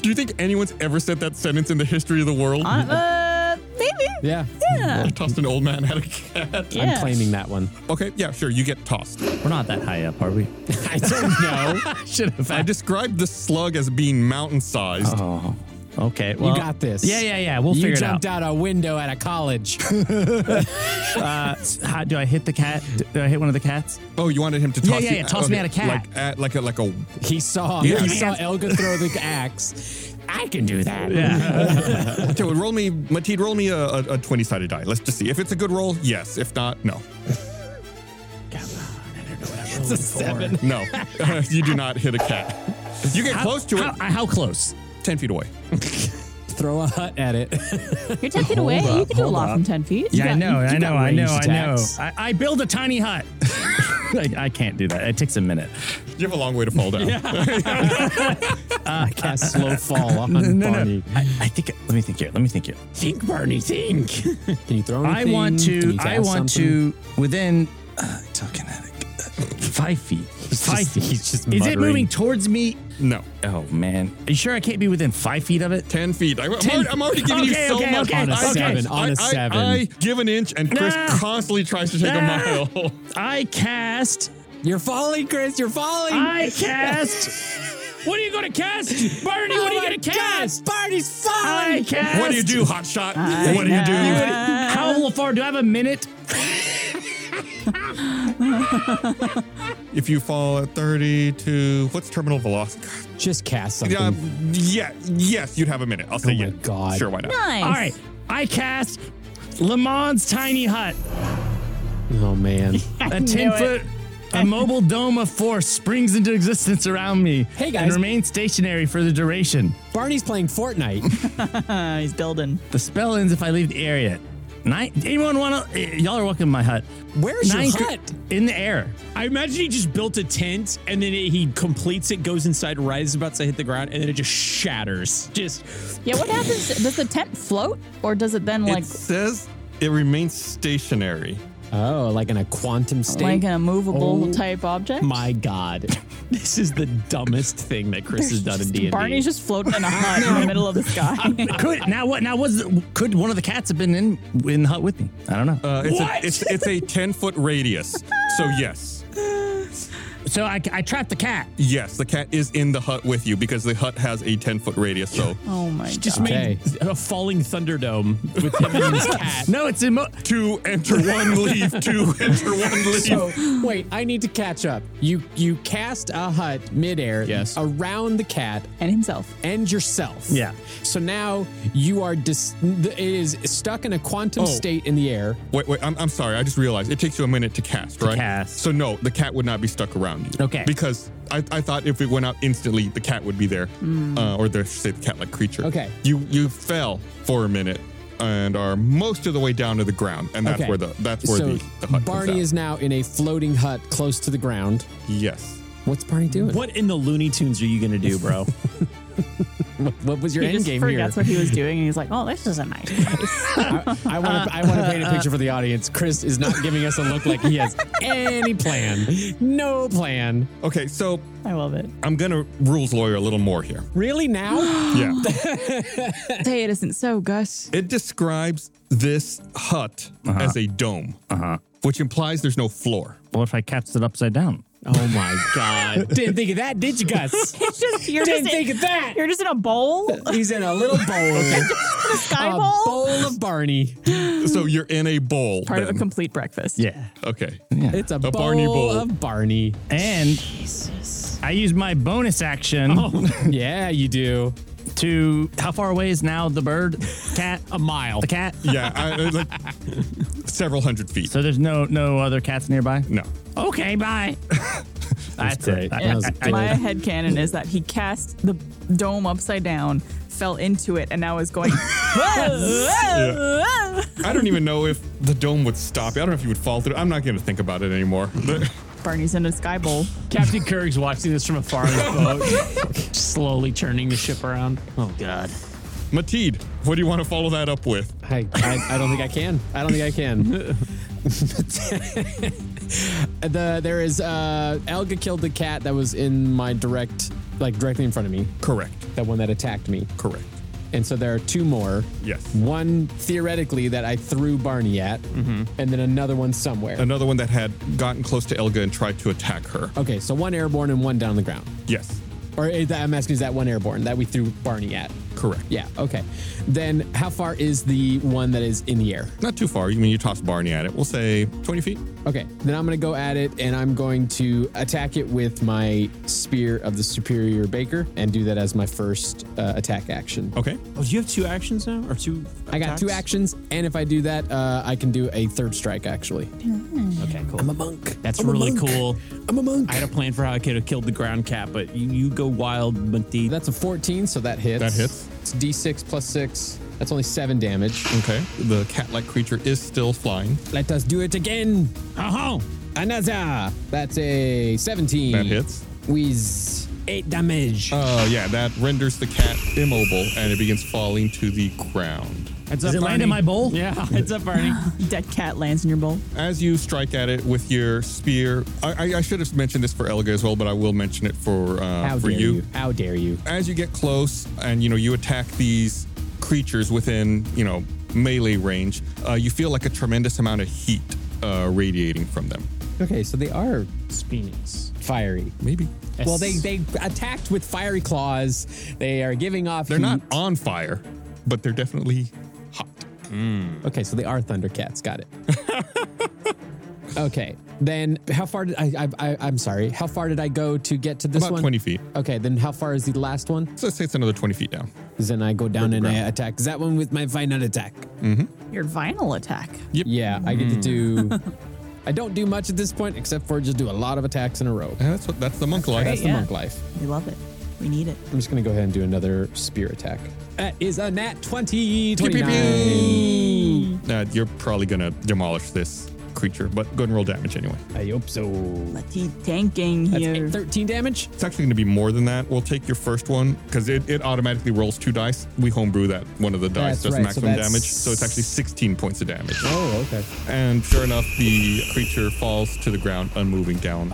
S8: Do you think anyone's ever said that sentence in the history of the
S2: Oh.
S8: world?
S4: Uh, maybe.
S3: Yeah.
S4: Yeah.
S8: I tossed an old man at a cat.
S3: I'm claiming that one.
S8: Okay, yeah, sure. You get tossed.
S6: We're not that high up, are we?
S3: I don't know.
S6: Should have.
S8: I described the slug as being mountain sized.
S6: Oh, okay.
S3: you got this.
S6: Yeah, yeah, yeah. We'll
S3: you
S6: figure it
S3: jumped
S6: out.
S3: out. a window at a college.
S6: Uh, s- how, do I hit the cat? Do- Do I hit one of the cats?
S8: Oh, you wanted him to
S6: Yeah,
S8: toss
S6: yeah,
S8: you?
S6: yeah, toss me at a cat.
S8: Like, at, like a, like a.
S3: he saw.
S8: Yeah.
S3: He Oh, saw Elga throw the axe. I can do that.
S8: okay, well, roll me, Matid, roll me a, a, a 20 sided die. Let's just see. If it's a good roll, yes. If not, no.
S3: It's a seven.
S8: No. you do not hit a cat. You get
S6: How-
S8: close to it.
S6: How, how close?
S8: 10 feet away.
S3: Throw a hut at it.
S4: You're 10 feet away. you
S6: up,
S4: can do a
S6: hold
S4: lot
S6: up.
S4: from 10 feet.
S6: Yeah, I know,
S3: you
S6: I
S3: got
S6: know, I know,
S3: ranged
S6: I know.
S3: attacks.
S6: I, I build a tiny hut. I, I can't do that. It takes a minute.
S8: You have a long way to fall down.
S5: Ah,
S3: Cast slow fall on
S6: no,
S3: Barney.
S6: no. I, I think. Let me think here. Let me think here.
S5: Think, Barney, think.
S3: Can you throw
S6: I
S3: anything?
S6: want
S3: Can
S6: to.
S3: you
S6: I
S3: cast
S6: want
S3: something?
S6: to within. Uh, telekinetic. Uh, five feet. Five
S3: just-
S6: feet.
S3: he's just
S6: Is it
S3: muttering.
S6: moving towards me?
S8: No.
S6: Oh man. Are you sure I can't be within five feet of it?
S8: 10 feet. I, am
S6: Ten-
S8: already, I'm already giving you
S6: Okay,
S8: so
S6: okay,
S8: much.
S6: okay.
S3: On a
S8: I-
S3: seven,
S8: I,
S3: on a
S8: I-
S3: seven.
S8: I give an inch, and Chris
S6: Nah.
S8: constantly tries to take
S6: Nah.
S8: a mile.
S6: I cast.
S3: You're falling, Chris. You're falling.
S6: I cast.
S5: What are you going to cast? Barney, what are you going to cast?
S3: Oh Barney's
S6: I
S3: falling.
S6: cast.
S8: What do you do, hotshot? What do you do?
S3: Uh,
S6: How far? Do I have a minute?
S8: If you fall at 30 to what's terminal velocity?
S3: Just cast something.
S8: Yeah, yeah, yes, you'd have a minute. I'll say
S3: Oh my
S8: yes.
S3: God.
S8: Sure, why not?
S7: Nice.
S6: All right. I cast Lamont's tiny hut,
S3: Oh man.
S6: a ten foot. A mobile dome of force springs into existence around me
S3: Hey,
S6: and
S3: guys.
S6: remains stationary for the duration.
S3: Barney's playing Fortnite.
S4: Uh, he's building.
S6: The spell ends if I leave the area. Nine, anyone want to? Y'all are welcome to my hut.
S3: Where's your
S6: Nine cr-
S3: hut?
S6: in the air.
S5: I imagine he just built a tent and then he completes it, goes inside, rises about to hit the ground, and then it just shatters. Just
S4: Yeah, what happens? Does the tent float or does it then like
S8: it says it remains stationary.
S3: Oh, like in a quantum state.
S4: like an immovable
S3: Oh,
S4: type object?
S3: My God, this is the dumbest thing that Chris has done in D and D.
S4: Barney's just floating in a hut in the middle of the sky.
S6: Could now what? Now was could one of the cats have been in in the hut with me? I don't know.
S8: Uh, it's A, it's, it's a 10 foot radius. So, yes.
S6: so I, I trapped the cat.
S8: Yes, the cat is in the hut with you because the hut has a 10 foot radius. So,
S4: oh my god.
S5: just
S3: Okay.
S5: made a falling thunderdome with him and his cat.
S6: No, it's in. Mo-
S8: two enter one, leave, two enter one, leave.
S3: So wait, I need to catch up. You you cast a hut midair
S5: Yes.
S3: around the cat
S4: and himself.
S3: and yourself.
S6: Yeah.
S3: So now you are dis- it is stuck in a quantum
S8: Oh.
S3: state in the air.
S8: wait, wait, I'm, I'm sorry. I just realized it takes you a minute to cast, right?
S6: cast.
S8: So, no, the cat would not be stuck around you.
S6: Okay.
S8: Because I, I thought if it went out instantly, the cat would be there, uh, or the, say, the cat like creature.
S3: Hmm. Okay.
S8: You you fell for a minute and are most of the way down to the ground, and that's
S3: Okay.
S8: where the that's where
S3: so
S8: the, the hut comes out.
S3: Barney is now in a floating hut close to the ground.
S8: Yes.
S3: What's Barney doing?
S9: What in the Looney Tunes are you going to do, bro?
S3: what, what was your
S4: he
S3: end
S4: just
S3: game here?
S4: forgets what he was doing, and he's like, "Oh, this is a nice place."
S3: I want to. I want to paint a picture for the audience. Chris is not giving us a look like he has any plan. No plan.
S8: Okay, so
S4: I love it.
S8: I'm gonna rules lawyer a little more here.
S3: Really now?
S8: Yeah.
S4: Say it isn't so, Gus.
S8: It describes this hut
S13: Uh-huh.
S8: as a dome, which implies there's no floor.
S13: What if I catch it upside down?
S3: Oh my god! Didn't think of that, did you, Gus?
S4: It's just you're
S3: Didn't
S4: just
S3: think
S4: in,
S3: of that.
S4: You're just in a bowl,
S3: He's in a little bowl.
S4: a sky
S3: a
S4: bowl,
S3: bowl of Barney.
S8: So you're in a bowl.
S4: part of a
S8: then.
S4: complete breakfast.
S13: Yeah.
S8: Okay.
S3: It's a, bowl
S8: Barney bowl.
S3: of Barney.
S13: And I use my bonus action
S8: Oh.
S3: Yeah, you do.
S13: to. How far away is now the bird? Cat?
S9: A mile.
S13: The cat?
S8: Yeah, I, I- like several hundred feet.
S13: So there's no no other cats nearby?
S8: No.
S13: Okay, bye. That's
S3: great.
S13: it. I-
S3: That was
S13: I- I-
S4: My headcanon is that he cast the dome upside down, fell into it, and now is going.
S8: I don't even know if the dome would stop you. I don't know if you would fall through. I'm not gonna think about it anymore.
S4: Barney's in a sky bowl.
S14: Captain Kurg's watching this from afar in the boat, slowly turning the ship around. Oh God!
S8: Mateed, what do you want to follow that up with?
S3: I, I, I don't think I can. I don't think I can. the there is uh Elga killed the cat that was in my direct like directly in front of me.
S8: Correct.
S3: That one that attacked me.
S8: Correct.
S3: And so there are two more.
S8: Yes.
S3: One theoretically that I threw Barney at,
S8: Mm-hmm.
S3: and then another one somewhere.
S8: Another one that had gotten close to Elga and tried to attack her.
S3: okay, so one airborne and one down on the ground.
S8: Yes.
S3: Or is that, I'm asking, is that one airborne that we threw Barney at?
S8: Correct.
S3: Yeah. Okay. Then how far is the one that is in the air?
S8: Not too far. You mean you toss Barney at it? We'll say 20 feet.
S3: Okay, then I'm gonna go at it and I'm going to attack it with my spear of the superior baker and do that as my first uh, attack action.
S8: Okay.
S9: Oh, do you have two actions now, or two?
S3: I got two
S9: attacks?
S3: actions, and if I do that, uh, I can do a third strike actually.
S14: Mm-hmm.
S9: Okay, cool.
S3: a monk.
S9: That's really cool.
S3: I'm a monk.
S9: I had a plan for how I could have killed the ground cat, but you, you go wild, Mateed.
S3: That's a 14, so that hits.
S8: That hits.
S3: It's D6 plus six. That's only seven damage.
S8: Okay. The cat like creature is still flying.
S3: Let us do it again.
S9: Uh-huh.
S3: Another. That's a 17.
S8: That hits.
S3: With eight damage.
S8: Oh, yeah. That renders the cat immobile and it begins falling to the ground.
S9: Heads
S13: Does
S9: up,
S13: it land in
S9: Barney.
S13: my bowl?
S9: Yeah, heads up, Barney.
S4: Dead cat lands in your bowl.
S8: As you strike at it with your spear, I, I, I should have mentioned this for Elga as well, but I will mention it for, uh,
S3: How
S8: for
S3: dare
S8: you.
S3: you? How dare you?
S8: As you get close and, you know, you attack these creatures within, you know, melee range, uh, you feel like a tremendous amount of heat uh, radiating from them.
S3: Okay, so they are
S14: Spinings.
S3: fiery.
S8: Maybe.
S3: Well, they they attacked with fiery claws. They are giving off.
S8: They're
S3: heat.
S8: not on fire, but they're definitely hot. Mm.
S3: Okay, so they are Thundercats. Got it. okay, then how far did I, I, I? I'm sorry. How far did I go to get to this
S8: About
S3: one?
S8: 20 feet.
S3: Okay, then how far is the last one?
S8: So let's say it's another 20 feet down.
S3: Then I go down and I attack that one with my final attack.
S8: Mm-hmm.
S4: Your vinyl attack.
S3: Yeah, I
S8: Mm.
S3: get to do. I don't do much at this point except for just do a lot of attacks in a row.
S8: And that's what that's the monk life.
S3: That's the
S4: yeah.
S3: monk life.
S4: We love it. We need it.
S3: I'm just gonna go ahead and do another spear attack. That is a nat 20,
S8: Pew, pew,
S3: 29.
S8: pew. Uh, you're probably gonna demolish this creature, but go ahead and roll damage anyway.
S3: I hope so.
S4: He tanking
S3: That's
S4: here.
S3: eight, 13 damage.
S8: It's actually gonna be more than that. We'll take your first one because it, it automatically rolls two dice. We homebrew that one of the dice
S3: That's
S8: does
S3: right, so
S8: maximum
S3: that's-
S8: damage, so it's actually 16 points of damage.
S3: Oh, okay.
S8: And sure enough, the creature falls to the ground, unmoving down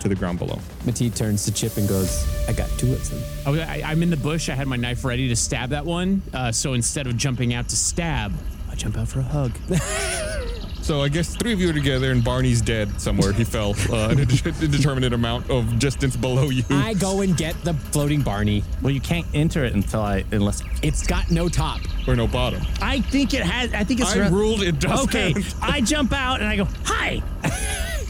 S8: to the ground below.
S3: Matisse turns to Chip and goes, I got two of them.
S14: I was, I, I'm in the bush. I had my knife ready to stab that one. Uh, so instead of jumping out to stab, I jump out for a hug.
S8: So I guess three of you are together, and Barney's dead somewhere. He fell uh, an indeterminate amount of distance below you.
S3: I go and get the floating Barney.
S13: Well, you can't enter it until I unless
S3: It's got no top.
S8: or no bottom.
S13: I think it has. I think it's.
S8: I ruled it doesn't.
S13: Okay, I jump out and I go hi.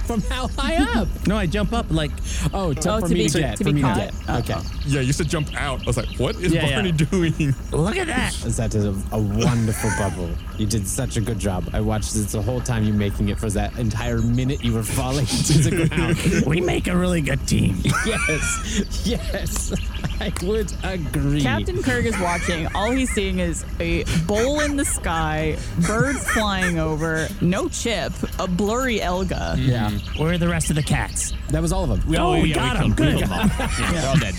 S3: From how high up?
S13: No, I jump up like.
S6: uh,
S3: Oh, to,
S4: Oh,
S3: for
S4: to
S3: me
S4: be-
S3: to get.
S4: to
S3: for
S4: be
S3: me
S4: caught?
S3: to get. Okay.
S8: Yeah, you said jump out. I was like, what is
S13: Yeah, yeah.
S8: Barney doing?
S13: Look at that.
S3: That is a, a wonderful bubble. You did such a good job. I watched this the whole time you making it for that entire minute you were falling to the ground.
S13: Oh, We make a really good team.
S3: yes. Yes. I would agree.
S4: Captain Kirk is watching. All he's seeing is a bowl in the sky, birds flying over, no chip, a blurry Elga.
S3: Yeah.
S13: Where are the rest of the cats?
S3: Mm-hmm. That was all of them.
S13: We, oh,
S3: Oh,
S13: we
S3: yeah,
S13: got
S3: we
S13: them.
S3: killed
S13: Good.
S3: them all.
S13: They're all dead.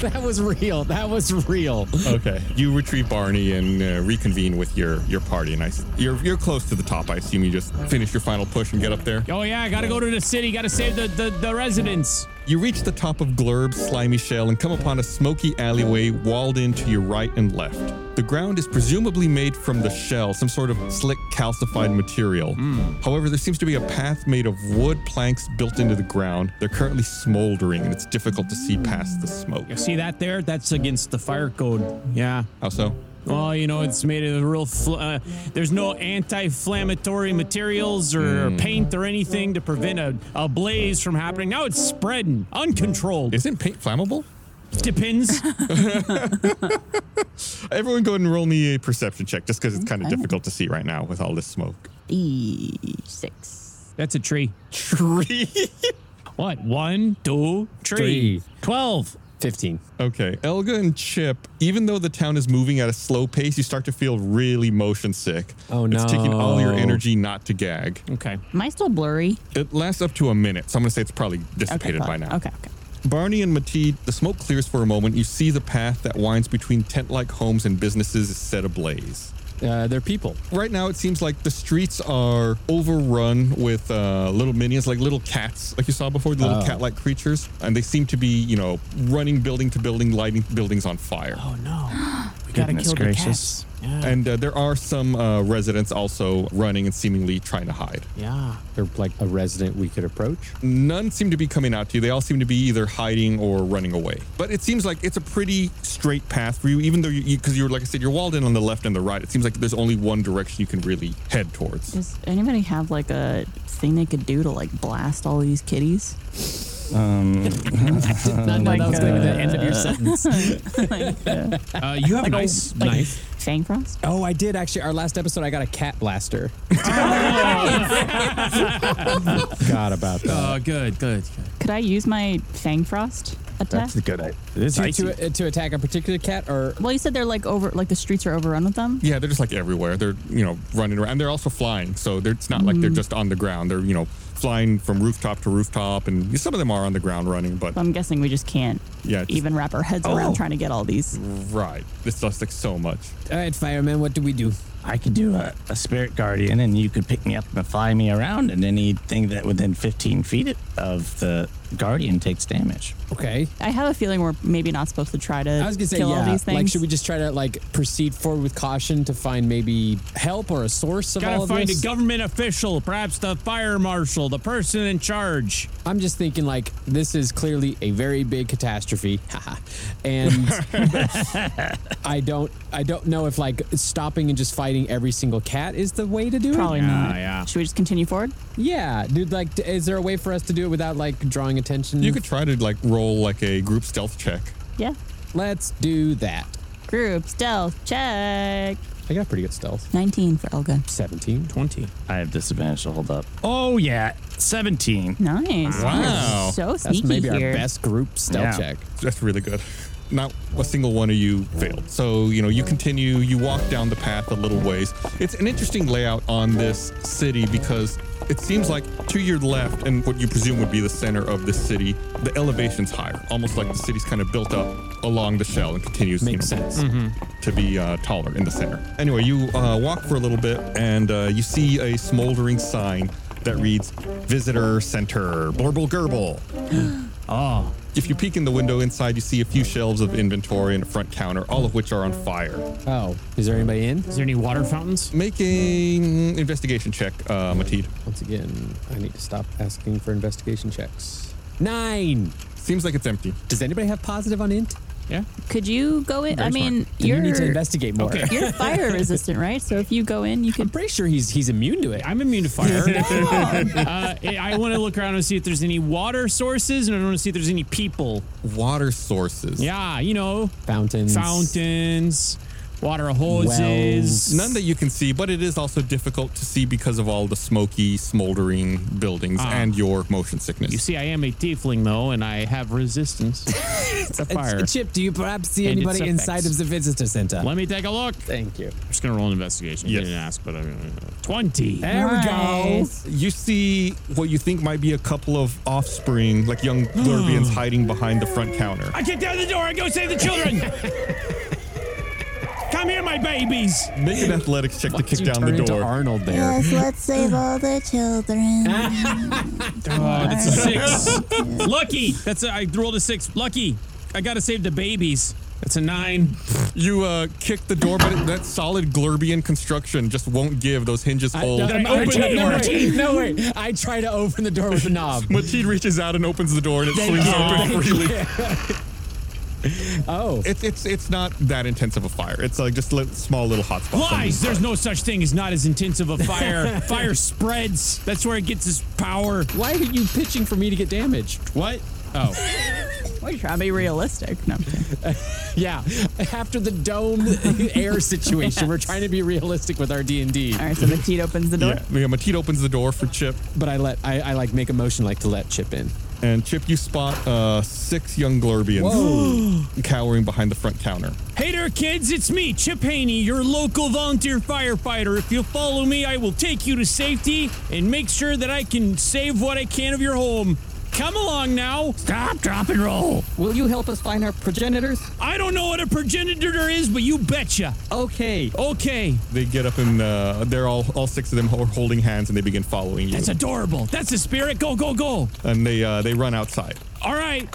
S3: that was real. That was real.
S8: Okay. You retrieve Barney and uh, reconvene with your your party. And I, s- you're you're close to the top. I assume you just finish your final push and get up there.
S14: Oh yeah, I gotta go to the city. Gotta save the the, the residents.
S8: You reach the top of Glurb's slimy shell and come upon a smoky alleyway walled in to your right and left. The ground is presumably made from the shell, some sort of slick calcified material.
S14: Hmm.
S8: However, there seems to be a path made of wood planks built into the ground. They're currently smoldering and it's difficult to see past the smoke.
S14: You see that there? That's against the fire code. Yeah.
S8: How so?
S14: Well, Oh, you know, it's made of real. Fl- uh, there's no anti-inflammatory materials or,
S8: Hmm.
S14: or paint or anything to prevent a, a blaze from happening. Now it's spreading uncontrolled.
S8: Isn't paint flammable?
S14: Depends.
S8: Everyone go ahead and roll me a perception check just because it's kind of difficult to see right now with all this smoke.
S14: Six. That's a tree.
S8: Tree.
S14: what? One, two, three. 12.
S3: 15.
S8: Okay. Elga and Chip, even though the town is moving at a slow pace, you start to feel really motion sick.
S3: Oh,
S8: It's taking all your
S3: no.
S8: energy not to gag.
S14: Okay.
S4: Am I still blurry?
S8: It lasts up to a minute, so I'm going to say it's probably dissipated by
S4: fine.
S8: now.
S4: Okay, okay.
S8: Barney and Mateed, the smoke clears for a moment. You see the path that winds between tent like homes and businesses is set ablaze.
S3: Uh, they're people.
S8: Right now, it seems like the streets are overrun with uh, little minions, like little cats, like you saw before, the little
S3: Oh.
S8: cat like creatures. And they seem to be, you know, running building to building, lighting buildings on fire. Oh,
S14: no. We gotta
S8: Goodness
S14: kill
S8: gracious.
S14: the cats. Yeah.
S8: And uh, there are some uh, residents also running and seemingly trying to hide.
S14: yeah.
S3: They're like a resident we could approach.
S8: None seem to be coming out to you. They all seem to be either hiding or running away. But it seems like it's a pretty straight path for you, even though you, because you, are like I said, you're walled in on the left and the right. It seems like there's only one direction you can really head towards.
S4: Does anybody have like a thing they could do to like blast all these kitties?
S6: Um,
S4: Like, uh,
S14: uh, you have a nice knife.
S4: Fang Frost?
S3: Oh, I did actually. Our last episode, I got a cat blaster.
S4: Oh,
S3: God about that.
S14: Oh, good, good.
S4: Could I use my Fang Frost attack?
S8: good idea.
S3: To, to, to attack a particular cat or
S4: Well, you said they're like over, like the streets are overrun with them.
S8: Yeah, they're just like everywhere. They're you know running around. And they're also flying, so they're, it's not like they're
S4: Mm.
S8: just on the ground. They're you know flying from rooftop to rooftop, and some of them are on the ground running. But
S4: So I'm guessing we just can't
S8: yeah, it's-
S4: even wrap our heads
S8: Oh.
S4: around trying to get all these. Uh,
S8: right. This does like so much.
S3: All right, fireman, what do we do?
S6: I could do a, a spirit guardian, and you could pick me up and fly me around, and anything that within 15 feet of the guardian takes damage.
S3: Okay.
S4: I have a feeling we're maybe not supposed to try to
S3: I was gonna say,
S4: kill all
S3: yeah.
S4: these things.
S3: Like, should we just try to like proceed forward with caution to find maybe help or a source of all
S14: Gotta
S3: of
S14: find
S3: this?
S14: a government official, perhaps the fire marshal, the person in charge.
S3: I'm just thinking like this is clearly a very big catastrophe, and I don't I don't know if like stopping and just fighting every single cat is the way to do
S4: Probably
S3: it.
S8: Ah,
S4: not. Should we just continue forward?
S3: Yeah, dude. Like, d- is there a way for us to do it without like drawing attention?
S8: You could try to like roll like a group stealth check.
S4: Yeah.
S3: Let's do that.
S4: Group stealth check.
S3: I got pretty good stealth.
S4: 19 for Elga.
S3: 17,
S14: 20.
S6: I have disadvantage to hold up. Oh, yeah. 17.
S4: Nice.
S8: Wow.
S4: So Oh, sneaky here.
S3: group
S4: stealth check.
S8: That's really good. Not a single one of you failed. So, you know, you continue, you walk down the path a little ways. It's an interesting layout on this city because it seems like to your left and what you presume would be the center of this city, the elevation's higher, almost like the city's kind of built up along the shell and continues
S3: Makes
S8: you know,
S3: sense. Mhm.
S8: to be uh, taller in the center. Anyway, you uh, walk for a little bit and uh, you see a smoldering sign that reads Visitor Center, Borble Gerble.
S14: oh.
S8: Ah. If you peek in the window inside, you see a few shelves of inventory and a front counter, all of which are on fire.
S3: Oh, is there anybody in?
S14: Is there any water fountains?
S8: Make a Mm, investigation check, uh, Mateed.
S3: Once again, I need to stop asking for investigation checks. Nine.
S8: Seems like it's empty.
S3: Does anybody have positive on int?
S14: Yeah.
S4: Could you go in? I
S3: Very
S4: mean,
S3: smart. Then
S4: you're,
S3: you need to investigate more. Okay.
S4: you're fire resistant, right? So if you go in, you could.
S3: I'm pretty sure he's he's immune to it.
S14: I'm immune to fire. uh, I want to look around and see if there's any water sources, and I want to see if there's any people.
S8: Water sources.
S14: Yeah, you know,
S3: Fountains.
S14: fountains,
S5: water hoses.
S8: None that you can see, but it is also difficult to see because of all the smoky, smoldering buildings
S5: Ah.
S8: and your motion sickness.
S5: You see, I am a tiefling though, and I have resistance to fire.
S3: Chip, do you perhaps see
S5: And its
S3: anybody
S5: effects.
S3: inside of the visitor center?
S5: Let me take a look. Thank
S3: you.
S5: I'm just gonna roll an investigation. You
S8: Yes.
S5: didn't ask, but I twenty.
S8: You see what you think might be a couple of offspring, like young Glurbians hiding behind the front counter.
S5: I kick down the door. I go save the children. Come here, my babies.
S8: Make an athletics check to kick
S3: you
S8: down the
S3: turn into
S8: door.
S3: Arnold
S7: Yes, let's save all the children.
S5: Oh, that's a six. Lucky. That's a, I rolled a six. Lucky. I gotta save the babies. That's a nine.
S8: You uh, kick the door, but that solid Glurbian construction just won't give. Those hinges hold.
S3: no, no, wait, no, wait, no, wait. I try to open the door with a knob.
S8: Mateed reaches out and opens the door, and it
S3: Thank
S8: swings
S3: you.
S8: open
S3: Thank
S8: freely.
S3: oh,
S8: it's it's it's not that intense of a fire. It's like just li- small little hot spots.
S5: Lies. There's no such thing as not as intensive a fire. fire spreads. That's where it gets its power.
S3: Why are you pitching for me to get damaged?
S5: What? Oh.
S4: Well, you're trying to be realistic. No, I'm kidding.
S3: yeah. After the dome air situation, we're trying to be realistic with our D and D. All
S4: right, so Mateed opens the door.
S8: Yeah, yeah Mateed opens the door for Chip.
S3: But I let I, I like make a motion like to let Chip in.
S8: And Chip, you spot uh, six young
S5: Whoa.
S8: Glurbians cowering behind the front counter.
S5: Hey there, kids. It's me, Chip Haney, your local volunteer firefighter. If you'll follow me, I will take you to safety and make sure that I can save what I can of your home. Come along now. Stop, drop, and roll.
S15: Will you help us find our progenitors?
S5: I don't know what a progenitor is, but you betcha.
S15: Okay.
S5: Okay.
S8: They get up and uh, they're all all six of them are holding hands and they begin following you.
S5: That's adorable. That's the spirit. Go, go, go.
S8: and they uh, they run outside.
S5: All right.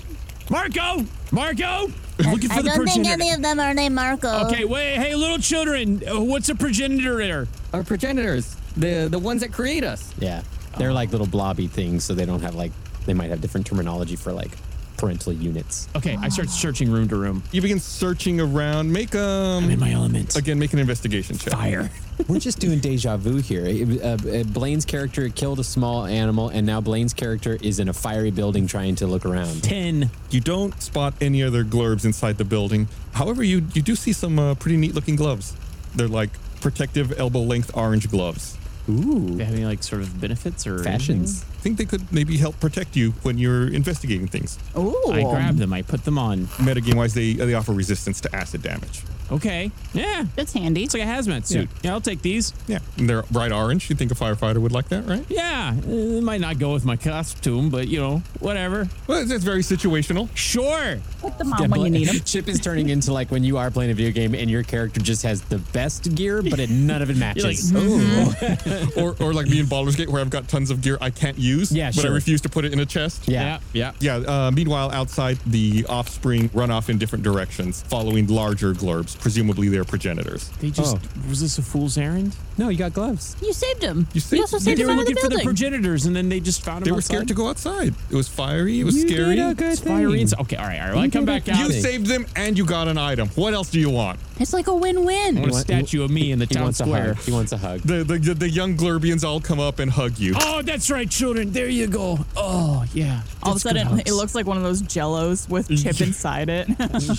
S5: Marco, Marco, looking for
S7: I
S5: the
S7: don't think
S5: progenitor.
S7: any of them are named Marco.
S5: Okay, wait. Hey, little children, uh, what's a progenitor?
S15: Our progenitors, the the ones that create us.
S3: Yeah, they're like little blobby things, so they don't have like they might have different terminology for like parental units.
S5: Okay, I start searching room to room.
S8: You begin searching around. Make um. I'm in
S5: my element.
S8: Again, make an investigation check.
S5: Fire.
S3: We're just doing deja vu here. It- uh, uh, Blaine's character killed a small animal, and now Blaine's character is in a fiery building trying to look around.
S5: Ten.
S8: You don't spot any other glurbs inside the building. However, you you do see some uh, pretty neat looking gloves. They're like protective elbow length orange gloves.
S3: Ooh.
S5: They have any like sort of benefits or
S8: Fashions. I think they could maybe help protect you when you're investigating things.
S4: Ooh.
S5: I grabbed them. I put them on.
S8: Metagame wise, they they offer resistance to acid damage.
S5: Okay. Yeah.
S4: That's handy.
S5: It's like a hazmat suit. Yeah, I'll take these.
S8: Yeah. And they're bright orange. You think a firefighter would like that, right?
S5: Yeah. uh, It might not go with my costume, but you know, whatever.
S8: Well, it's, it's very situational.
S5: Sure.
S4: Put
S3: Yeah, Blaine- Chip is turning into like when you are playing a video game and your character just has the best gear, but it, none of it matches.
S13: "Mm-hmm."
S8: or, or like me in Baldur's Gate, where I've got tons of gear I can't use,
S3: Yeah,
S8: but I
S3: sure.
S8: refuse to put it in a chest.
S3: Yeah.
S5: yeah,
S8: yeah. Uh, meanwhile, outside, the offspring run off in different directions, following larger glurbs, presumably their progenitors.
S5: They just
S8: Oh.
S5: was this a fool's errand?
S3: No, you got gloves.
S4: You saved him.
S8: You saved-
S4: also
S8: They
S4: saved
S5: they
S4: him
S5: were
S4: out of the
S5: looking for the
S4: building.
S5: progenitors, and then they just found
S8: They
S5: them
S8: were scared
S5: outside.
S8: to go outside. It was fiery. It was
S5: You did
S8: scary.
S5: a good It's fiery and- thing. okay, all right, all right. Well, I come back
S8: You
S5: out.
S8: saved them, and you got an item. What else do you want?
S4: it's like a
S5: I
S4: win-win.
S5: want a statue of me in the
S8: he
S5: town
S8: wants a
S5: square.
S8: hug.
S3: He wants a hug.
S8: The, the the young Glurbians all come up and hug you.
S5: Oh, that's right, children. There you go. Oh, yeah.
S4: All of a
S5: That's good
S4: sudden,
S5: hugs.
S4: it looks like one of those Jellos with chip inside it.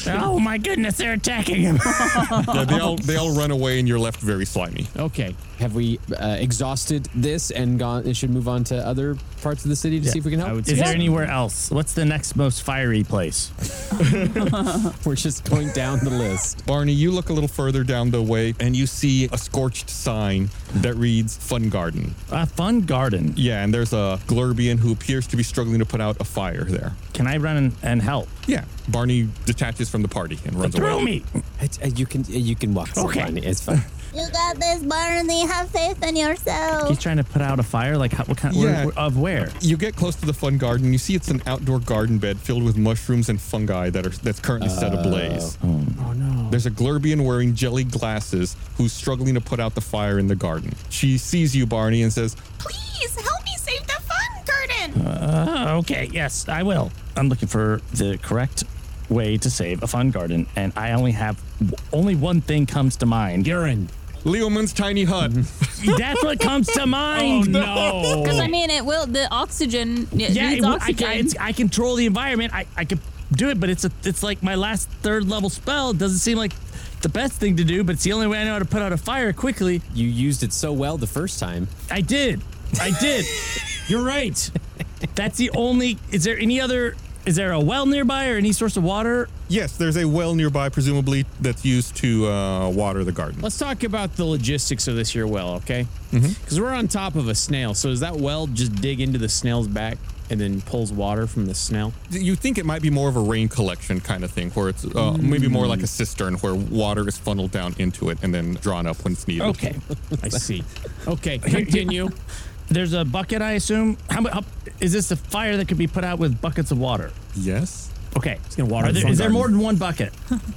S13: oh my goodness, they're attacking him.
S8: Yeah, they all they all run away, and you're left very slimy.
S5: Okay.
S3: Have we uh, exhausted this and gone? It should move on to other parts of the city to
S13: Yeah,
S3: see if we can help.
S13: Is there anywhere else? What's the next most fiery place?
S3: We're just going down the list.
S8: Barney, you look a little further down the way and you see a scorched sign that reads Fun Garden.
S13: A fun garden.
S8: Yeah, and there's a Glurbian who appears to be struggling to put out a fire there.
S13: Can I run and- and help?
S8: Yeah, Barney detaches from the party and runs
S13: Throw
S8: away.
S13: me.
S3: It's, uh, you can you can walk.
S13: Okay.
S3: Fine, It's fine.
S7: You got this, Barney. Have faith in
S13: He's
S7: yourself.
S13: trying to put out a fire. Like how, what kind?
S8: Yeah.
S13: Where, where- of where?
S8: You get close to the Fun Garden. You see it's an outdoor garden bed filled with mushrooms and fungi that are that's currently set ablaze.
S5: Oh no.
S8: There's a Glurbian wearing jelly glasses who's struggling to put out the fire in the garden. She sees you, Barney, and says,
S7: Please help me save the fun garden.
S13: Uh, okay. Yes, I will. I'm looking for the correct way to save a fun garden, and I only have only one thing comes to mind.
S5: Urine.
S8: Leoman's tiny hut.
S13: That's what comes to mind.
S5: Oh
S4: Because I
S5: no.
S4: mean, it will. The oxygen it
S13: Yeah,
S4: needs
S13: it, will- I,
S4: oxygen.
S13: I, it's- I control the environment. I, I could do it, but it's a, it's like my last third level spell. It doesn't seem like
S6: the best thing to do, but it's the only way I know how to put out a fire quickly.
S3: You used it so well the first time.
S6: I did. I did. You're right. That's the only. Is there any other? Is there a well nearby or any source of water?
S8: Yes, there's a well nearby, presumably that's used to uh, water the garden.
S5: Let's talk about the logistics of this here well, okay?
S8: Mm-hmm.
S5: Because we're on top of a snail. So does that well just dig into the snail's back and then pulls water from the snail?
S8: You think it might be more of a rain collection kind of thing, where it's uh, maybe more like a cistern where water is funneled down into it and then drawn up when it's needed.
S6: Okay.
S5: I see. Okay, continue.
S6: There's a bucket, I assume. How, mu- how is this a fire that could be put out with buckets of water?
S8: Yes.
S6: Okay. It's
S8: gonna water
S6: Are
S8: the
S6: there,
S8: front
S6: is there
S8: garden.
S6: more than one bucket?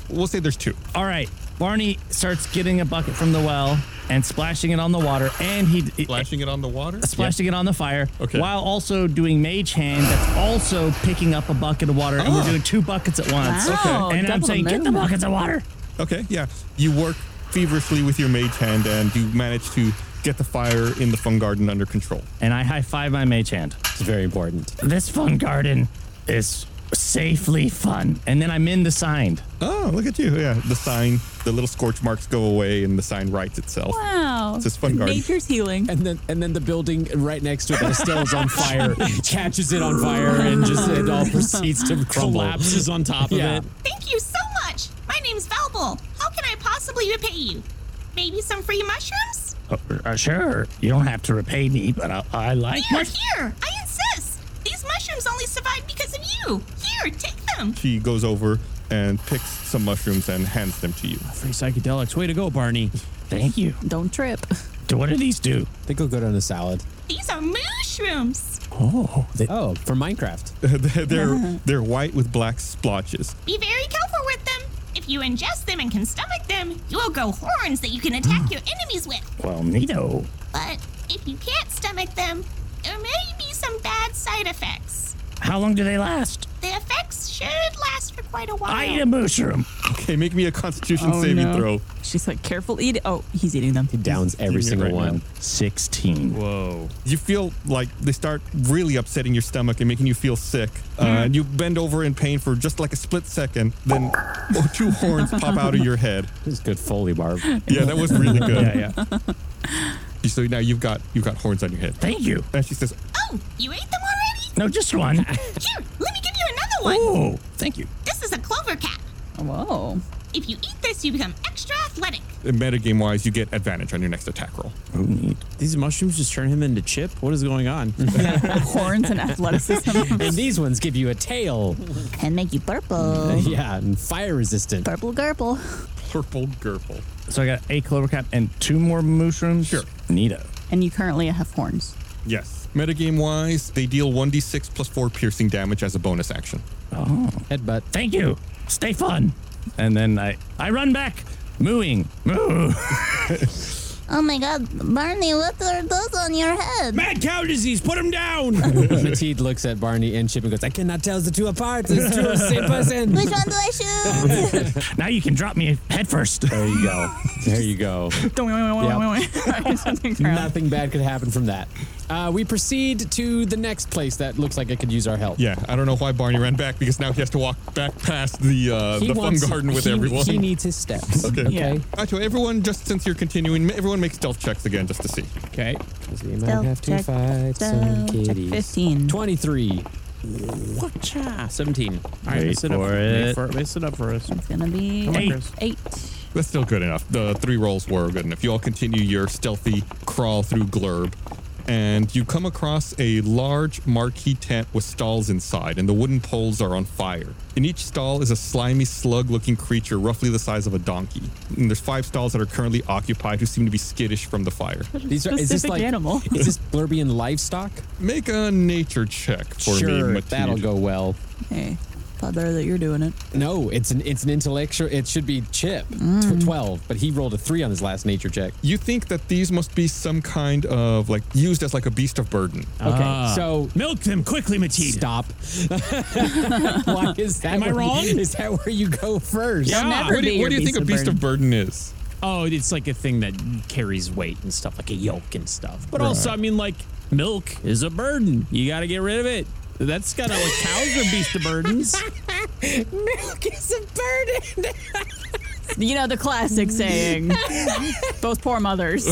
S8: we'll say there's two.
S6: All right. Barney starts getting a bucket from the well and splashing it on the water, and he eh,
S8: splashing it on the water,
S6: splashing it on the fire,
S8: Okay.
S6: while also doing mage hand. That's also picking up a bucket of water, and we're
S8: Oh.
S6: doing two buckets at once.
S8: Wow,
S6: And I'm
S8: double the
S6: saying, get the
S8: movement.
S6: buckets of water.
S8: Okay, yeah. You work feverishly with your mage hand and you manage to get the fire in the fun garden under control.
S6: And I high five my mage hand. It's
S3: very important.
S6: This fun garden is safely fun. And then I'm in the signed.
S8: Oh, look at you. Yeah, the sign, the little scorch marks go away and the sign writes itself.
S4: Wow.
S8: It's this fun garden.
S4: healing.
S3: And then and then the building right next to it that is still is on fire catches it on fire and just it all proceeds to crumble.
S5: Collapses on top of it.
S16: Thank you so much. My name's Valble. How can I possibly repay you? Maybe some free mushrooms?
S6: Uh, uh, sure, you don't have to repay me, but I, I like
S16: here,
S6: mush-
S16: here. I insist. These mushrooms only survived because of you. Here, take them.
S8: She goes over and picks some mushrooms and hands them to you.
S5: Free psychedelics. Way to go, Barney.
S6: Thank you.
S4: Don't trip.
S6: What do these do?
S3: They go good on a salad.
S16: These are mushrooms.
S6: Oh,
S3: oh, for Minecraft.
S8: they're, they're they're white with black splotches.
S16: Be very careful with them. If you ingest them and can stomach them, you will grow horns that you can
S6: Mm.
S16: attack your enemies with.
S6: Well, neato.
S16: But if you can't stomach them, there may be some bad side effects.
S6: How long do they last?
S16: The effects should last for quite a while.
S6: I eat a mushroom.
S8: Okay, make me a constitution
S4: Oh,
S8: saving
S4: no.
S8: throw.
S4: She's like, careful, eat it. Oh, he's eating them. He
S3: downs
S8: every single one.
S6: 16.
S8: Whoa. You feel like they start really upsetting your stomach and making you feel sick. Uh,
S6: Mm-hmm.
S8: and you bend over in pain for just like a split second. Then two horns pop out of your head.
S3: This is good Foley, Barb.
S8: Yeah, that was really good.
S6: Yeah,
S8: yeah. So now you've got you've got horns on your head.
S6: Thank you.
S8: And she says,
S16: Oh, you ate them already?
S6: No, just one.
S16: Here, let me give you another one.
S6: Oh, thank you.
S16: This is a clover cap.
S4: Whoa.
S16: If you eat this, you become extra athletic.
S8: metagame wise, you get advantage on your next attack roll.
S5: These mushrooms just turn him into Chip? What is going on?
S4: Horns and athleticism.
S3: and these ones give you a tail.
S7: And make you purple.
S3: Yeah, and fire resistant.
S7: Purple garple.
S8: Purple Gurple.
S6: So I got eight clover cap and two more mushrooms. Sure. Neato.
S4: And you currently have horns.
S8: Yes. Metagame wise, they deal 1d6 plus 4 piercing damage as a bonus action.
S6: Oh.
S3: Headbutt.
S6: Thank you. Stay fun. And then I, I run back, mooing. Moo.
S7: Oh my god, Barney, what are those on your head?
S5: Mad cow disease, put him down!
S3: Matilde looks at Barney and Chip and goes, I cannot tell the two apart. There's two of the same person.
S7: Which one do I shoot?
S6: now you can drop me head first. There you go.
S3: There you go.
S4: Don't
S3: Nothing bad could happen from that. Uh, we proceed to the next place that looks like it could use our help.
S8: Yeah, I don't know why Barney ran back because now he has to walk back past the uh,
S3: He
S8: the fun
S3: wants-
S8: garden with
S3: he-
S8: everyone.
S3: he needs his steps.
S8: Okay.
S3: Yeah.
S8: okay. Actually, everyone, just since you're continuing, everyone make stealth checks again just to see.
S5: Okay.
S3: We might
S8: Stealth
S3: have to
S8: check,
S3: fight some
S8: stealth check
S3: kitties.
S4: 15.
S3: 23.
S5: Whatcha? 17. All right,
S8: Wait
S5: let's sit
S8: for
S5: up. Wait
S8: it.
S5: for Let's sit up for us.
S4: It's going to be
S8: Come on,
S4: eight.
S8: Chris.
S4: eight.
S8: That's still good enough. The three rolls were good enough. You all continue your stealthy crawl through Glurb, and you come across a large marquee tent with stalls inside, and the wooden poles are on fire. In each stall is a slimy slug looking creature roughly the size of a donkey. And there's five stalls that are currently occupied who seem to be skittish from the fire.
S3: These are, is this like, is this Blurbian livestock?
S8: Make a nature check for me,
S3: sure,
S8: Matilda.
S3: that'll go well.
S4: Hey, thought better that you're doing it.
S3: No, it's an it's an intellectual. It should be Chip
S6: Mm.
S3: tw- twelve, but he rolled a three on his last nature check.
S8: You think that these must be some kind of like used as like a beast of burden.
S3: Okay,
S5: Ah.
S3: so
S5: milk them quickly, Matilda.
S3: Stop. Why is that?
S5: Am I
S3: where you-
S5: wrong?
S3: is that where you go first?
S8: Ah,
S5: What do you- what do you think a beast of
S8: burden is?
S5: Oh, it's like a thing that carries weight and stuff, like a yoke and stuff. But
S17: Right.
S5: also, I mean, like milk is a burden. You got to get rid of it. That's kind of like cows are beast of burdens.
S18: Milk is a burden.
S4: you know the classic saying. Both poor mothers.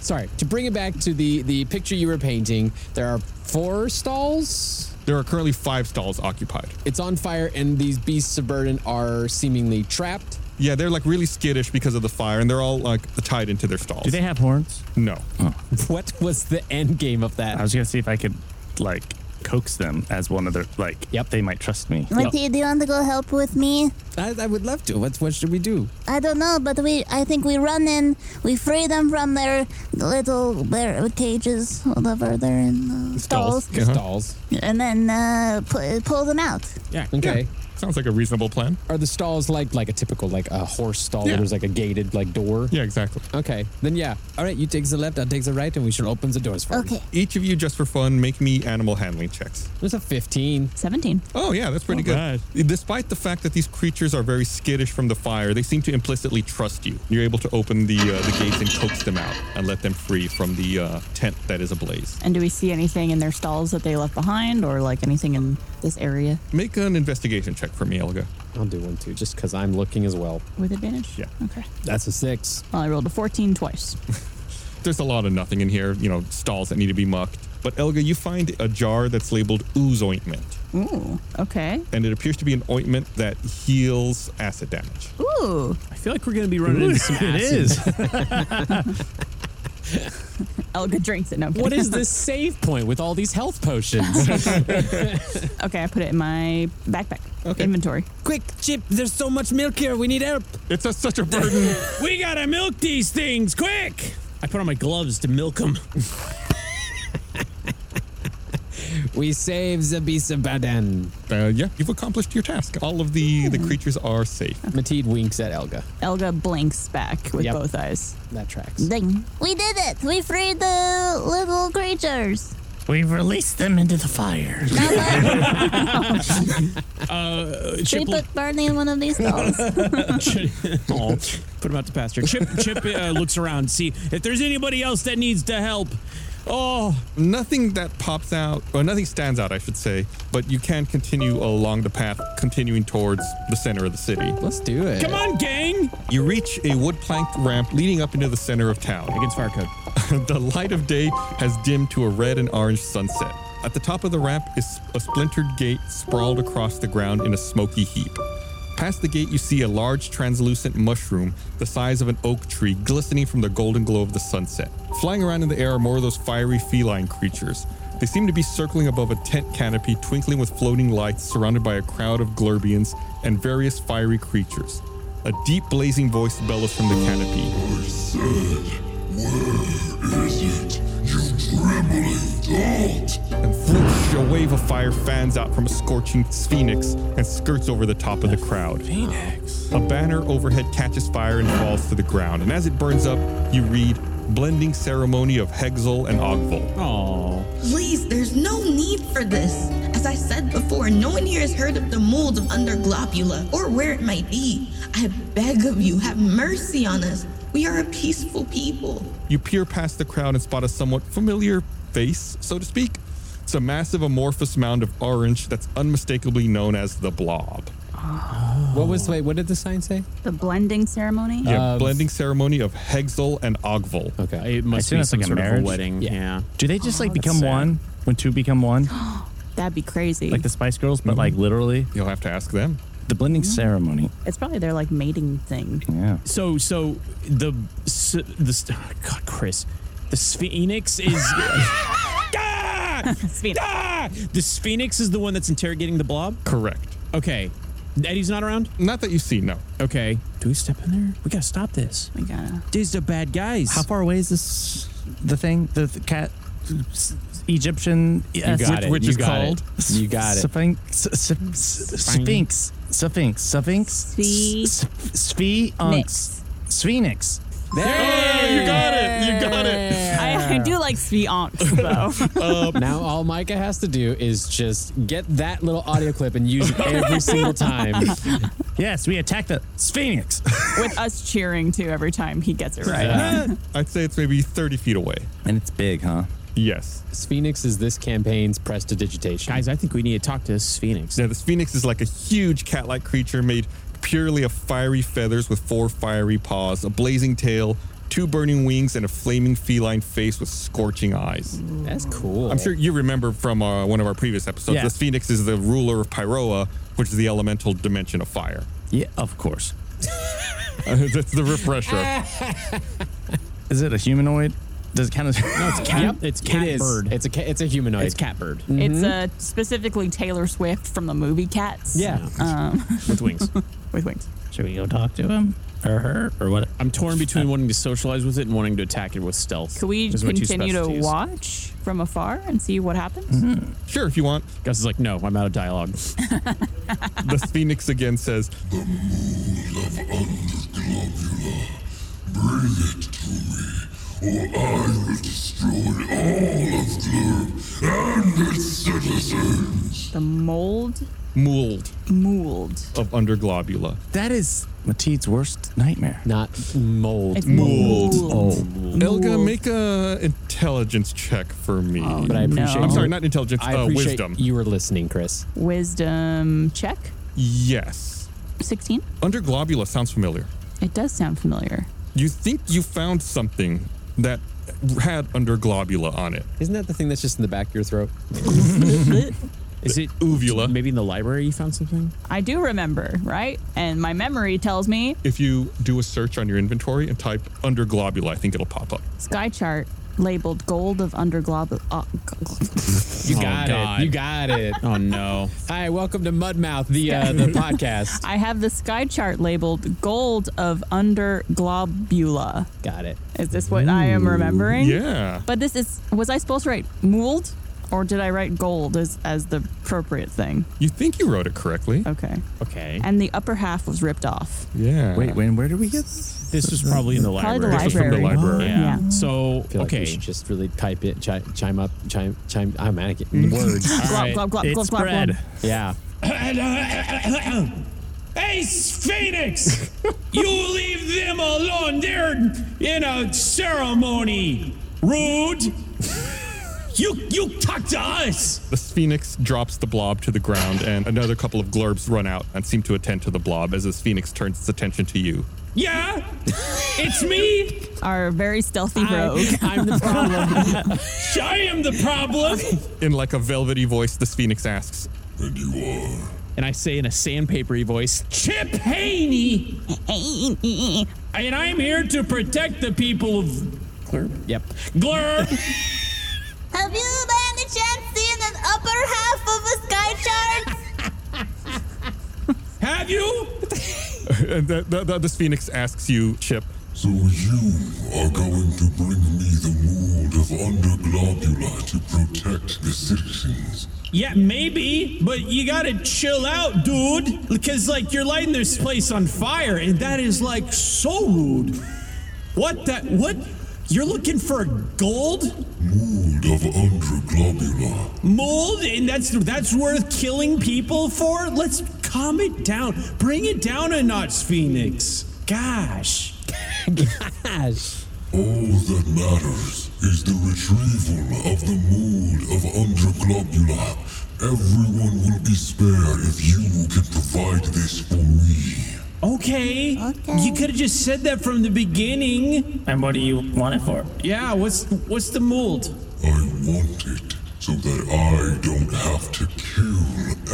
S3: Sorry. To bring it back to the the picture you were painting, there are four stalls.
S8: There are currently five stalls occupied.
S3: It's on fire, and these beasts of burden are seemingly trapped.
S8: Yeah, they're like really skittish because of the fire, and they're all like tied into their stalls.
S6: Do they have horns?
S8: No.
S3: What was the end game of that?
S6: I was gonna see if I could like coax them as one of their like. Yep. They might trust me.
S7: What do you, do you want to go help with me?
S3: I, I would love to. What what should we do?
S7: I don't know, but we I think we run in, we free them from their little their cages, whatever they're in, uh, stalls,
S8: Uh-huh.
S3: Stalls.
S7: and then uh, pu- pull them out.
S3: Yeah. Okay.
S8: Sounds like a reasonable plan.
S3: Are the stalls like like a typical like a horse stall?
S8: Yeah.
S3: where There's like a gated like door.
S8: Yeah, exactly.
S3: Okay. Then yeah. All right. You take the left. I'll take the right, and we shall open the doors for.
S7: Okay.
S8: Each of you, just for fun, make me animal handling checks.
S3: There's a 15.
S4: 17.
S8: Oh, yeah, that's pretty good. Despite the fact that these creatures are very skittish from the fire, they seem to implicitly trust you. You're able to open the uh, the gates and coax them out and let them free from the uh, tent that is ablaze.
S4: And do we see anything in their stalls that they left behind or like anything in this area
S8: Make an investigation check for me, Elga.
S3: I'll do one too, just because I'm looking as well.
S4: with advantage?
S8: Yeah.
S4: Okay.
S3: That's a six.
S4: Well, I rolled a 14 twice.
S8: There's a lot of nothing in here, you know, stalls that need to be mucked. But Elga, you find a jar that's labeled ooze ointment,
S3: Mm.
S4: Ooh. Okay.
S8: and it appears to be an ointment that heals acid damage.
S4: Ooh.
S5: I feel like we're going to be running into some
S8: Ooh, it
S5: acid.
S8: is.
S4: Elga drinks it. No. I'm
S3: What
S4: kidding.
S3: is this save point with all these health potions?
S4: okay, I put it in my backpack inventory.
S3: Quick, Chip, there's so much milk here. We need help.
S8: It's a, such a burden.
S5: we gotta milk these things quick. I put on my gloves to milk them.
S3: we save the beast of Baden.
S8: Uh, yeah, you've accomplished your task. All of the, the creatures are safe.
S3: Mateed winks at Elga.
S4: Elga blinks back with both eyes.
S3: That tracks.
S7: Ding. We did it. We freed the little creatures.
S6: We've released them into the fire.
S5: Uh,
S7: Should
S5: Chip,
S7: we put Barney in one of these stalls?
S5: Chip- Aw, put him out to pasture. Chip, Chip uh, looks around, see if there's anybody else that needs to help. Oh,
S8: Nothing that pops out, or nothing stands out, I should say, but you can continue along the path, continuing towards the center of the city.
S3: Let's do it.
S5: come on, gang!
S8: You reach a wood planked ramp leading up into the center of town.
S3: Against fire code.
S8: the light of day has dimmed to a red and orange sunset. At the top of the ramp is a splintered gate sprawled across the ground in a smoky heap. Past the gate, you see a large translucent mushroom the size of an oak tree glistening from the golden glow of the sunset. Flying around in the air are more of those fiery feline creatures. They seem to be circling above a tent canopy, twinkling with floating lights, surrounded by a crowd of Glurbians and various fiery creatures. A deep, blazing voice bellows from the canopy. And whoosh, a wave of fire fans out from a scorching phoenix and skirts over the top of the crowd. Phoenix. A banner overhead catches fire and falls to the ground. And as it burns up, you read Blending Ceremony of Hexel and Ogvul.
S5: Aww.
S19: Please, there's no need for this. As I said before, no one here has heard of the mold of Under Globula or where it might be. I beg of you, have mercy on us. We are a peaceful people.
S8: You peer past the crowd and spot a somewhat familiar face, so to speak. It's a massive amorphous mound of orange that's unmistakably known as the blob.
S3: What was wait? What did the sign say?
S4: The blending ceremony?
S8: Yeah,
S6: Um,
S8: blending ceremony of Hexel and Ogvul.
S3: Okay.
S5: It must
S6: I assume
S5: be
S6: that's
S5: some
S6: like a
S5: sort of a
S6: marriage.
S5: wedding. Yeah.
S6: Do they just like
S4: Oh, that's
S6: become
S4: sad.
S6: one when two become one,
S4: That'd be crazy.
S6: like the Spice Girls, but like literally?
S8: You'll have to ask them.
S6: The blending ceremony.
S4: it's probably their like mating thing.
S6: Yeah.
S5: So, so the s- the s- oh, God, Chris, the phoenix is. Ah! Ah! The phoenix is the one that's interrogating the blob.
S8: Correct.
S5: Okay. Eddie's not around.
S8: Not that you see, no.
S5: Okay. Do we step in there? We gotta stop this.
S4: We gotta.
S5: These are bad guys.
S6: How far away is this? The thing, the, the cat, s- Egyptian. yes,
S3: got it.
S6: which
S3: You
S6: is
S3: got
S6: called.
S3: it. You got it.
S6: Sphinx. s- s- Sphinx. Sphinx. Sphinx. s- s- Sphinx. Sphinx.
S3: Oh,
S8: Hey, you got it. You got it.
S4: I, I do like Spionks, though.
S6: Um,
S3: now all Micah has to do is just get that little audio clip and use it every single time.
S6: Yes, we attacked the Sphinx.
S4: With us cheering, too, every time he gets it right.
S8: Eh, I'd say it's maybe 30 feet away.
S6: And it's big, huh?
S8: Yes.
S3: Phoenix is this campaign's prestidigitation.
S5: Guys, I think we need to talk to this phoenix.
S8: Yeah, this phoenix is like a huge cat like creature made purely of fiery feathers with four fiery paws, a blazing tail, two burning wings, and a flaming feline face with scorching eyes.
S3: That's cool.
S8: I'm sure you remember from uh, one of our previous episodes.
S6: Yeah.
S8: This phoenix is the ruler of Pyroa, which is the elemental dimension of fire.
S6: Yeah, of course. Uh,
S8: That's the refresher.
S6: Is it a humanoid? Does it count as?
S5: No, it's cat. It's cat bird.
S3: It's a ca- it's a humanoid.
S5: It's catbird.
S4: It's uh,
S8: Mm-hmm.
S4: specifically Taylor Swift from the movie Cats.
S5: Yeah.
S4: Um,
S5: with wings.
S4: with wings.
S13: Should we go talk to him or her or what?
S5: I'm torn between wanting to socialize with it and wanting to attack it with stealth.
S4: Can we
S5: Those are my two
S4: continue to
S5: specialties.
S4: watch from afar and see what happens?
S8: Sure, if you want.
S5: Gus is like, no, I'm out of dialogue.
S8: the phoenix again says,
S11: Bring it to me, or I will destroy all of Glurb and its citizens.
S4: The mold
S8: Mould.
S4: Mould.
S8: Of underglobula.
S6: That is Mateed's worst nightmare.
S3: Not mold.
S4: It's mold. Mold.
S8: Oh. Elga, make a intelligence check for me.
S3: Oh, but I appreciate.
S8: I'm
S3: you-
S8: sorry, not intelligence,
S3: I
S8: uh,
S3: appreciate
S8: wisdom.
S3: You were listening, Chris.
S4: wisdom check.
S8: Yes.
S4: 16.
S8: Underglobula sounds familiar.
S4: It does sound familiar.
S8: You think you found something that had underglobula on it.
S3: Isn't that the thing that's just in the back of your throat?
S5: Is it
S8: uvula?
S5: Maybe in the library you found something.
S4: I do remember, right? And my memory tells me
S8: If you do a search on your inventory and type underglobula, I think it'll pop up.
S4: sky chart labeled gold of underglob. Uh,
S3: You
S8: Oh,
S3: got
S5: God.
S3: it. You got it.
S5: Oh no.
S3: Hi, welcome to Mudmouth, the uh, the podcast.
S4: I have the sky chart labeled gold of underglobula.
S3: Got it.
S4: Is this what I am remembering?
S8: yeah.
S4: But this is was I supposed to write mould or did I write gold as as the appropriate thing?
S8: You think you wrote it correctly.
S4: Okay.
S5: Okay.
S4: And the upper half was ripped off.
S8: Yeah.
S6: Wait, when? Where did we get this?
S5: This was probably in the
S4: Probably
S5: library.
S4: the This was from the library. library.
S5: Yeah.
S4: Yeah.
S5: So
S3: I feel like
S5: okay.
S3: we should just really type it, chi- chime up, chime, chime. ah, I'm at it.
S5: Mm.
S3: Words.
S4: Glop, glop, glop, glop, glop, glop.
S3: Yeah.
S5: Hey, Phoenix! you leave them alone. They're in a ceremony. Rude. You you talk to us.
S8: The phoenix drops the blob to the ground, and another couple of glurbs run out and seem to attend to the blob as this phoenix turns its attention to you.
S5: Yeah, it's me.
S4: Our very stealthy rogue.
S3: I'm the problem.
S5: I am the problem.
S8: In like a velvety voice, this phoenix asks,
S5: And I say in a sandpapery voice, Chip Haney, and I'm here to protect the people of Glurb.
S3: Yep.
S5: Glurb.
S7: Have you by any chance seen an upper half of a sky chart?
S5: Have you?
S8: and th- th- th- this phoenix asks you, Chip,
S11: So you are going to bring me the mold of underglobula to protect the citizens.
S5: Yeah, maybe, but you gotta chill out, dude. Because, like, you're lighting this place on fire, and that is, like, so rude. What that? What? You're looking for gold
S11: Mold of underglobula.
S5: mold, and that's that's worth killing people for? Let's calm it down. Bring it down a notch, Phoenix. Gosh.
S3: Gosh.
S11: All that matters is the retrieval of the mold of underglobula. Everyone will be spared if you can provide this for me.
S5: Okay. You could have just said that from the beginning.
S13: And what do you want it for?
S5: Yeah. What's what's the mold?
S11: I want it so that I don't have to kill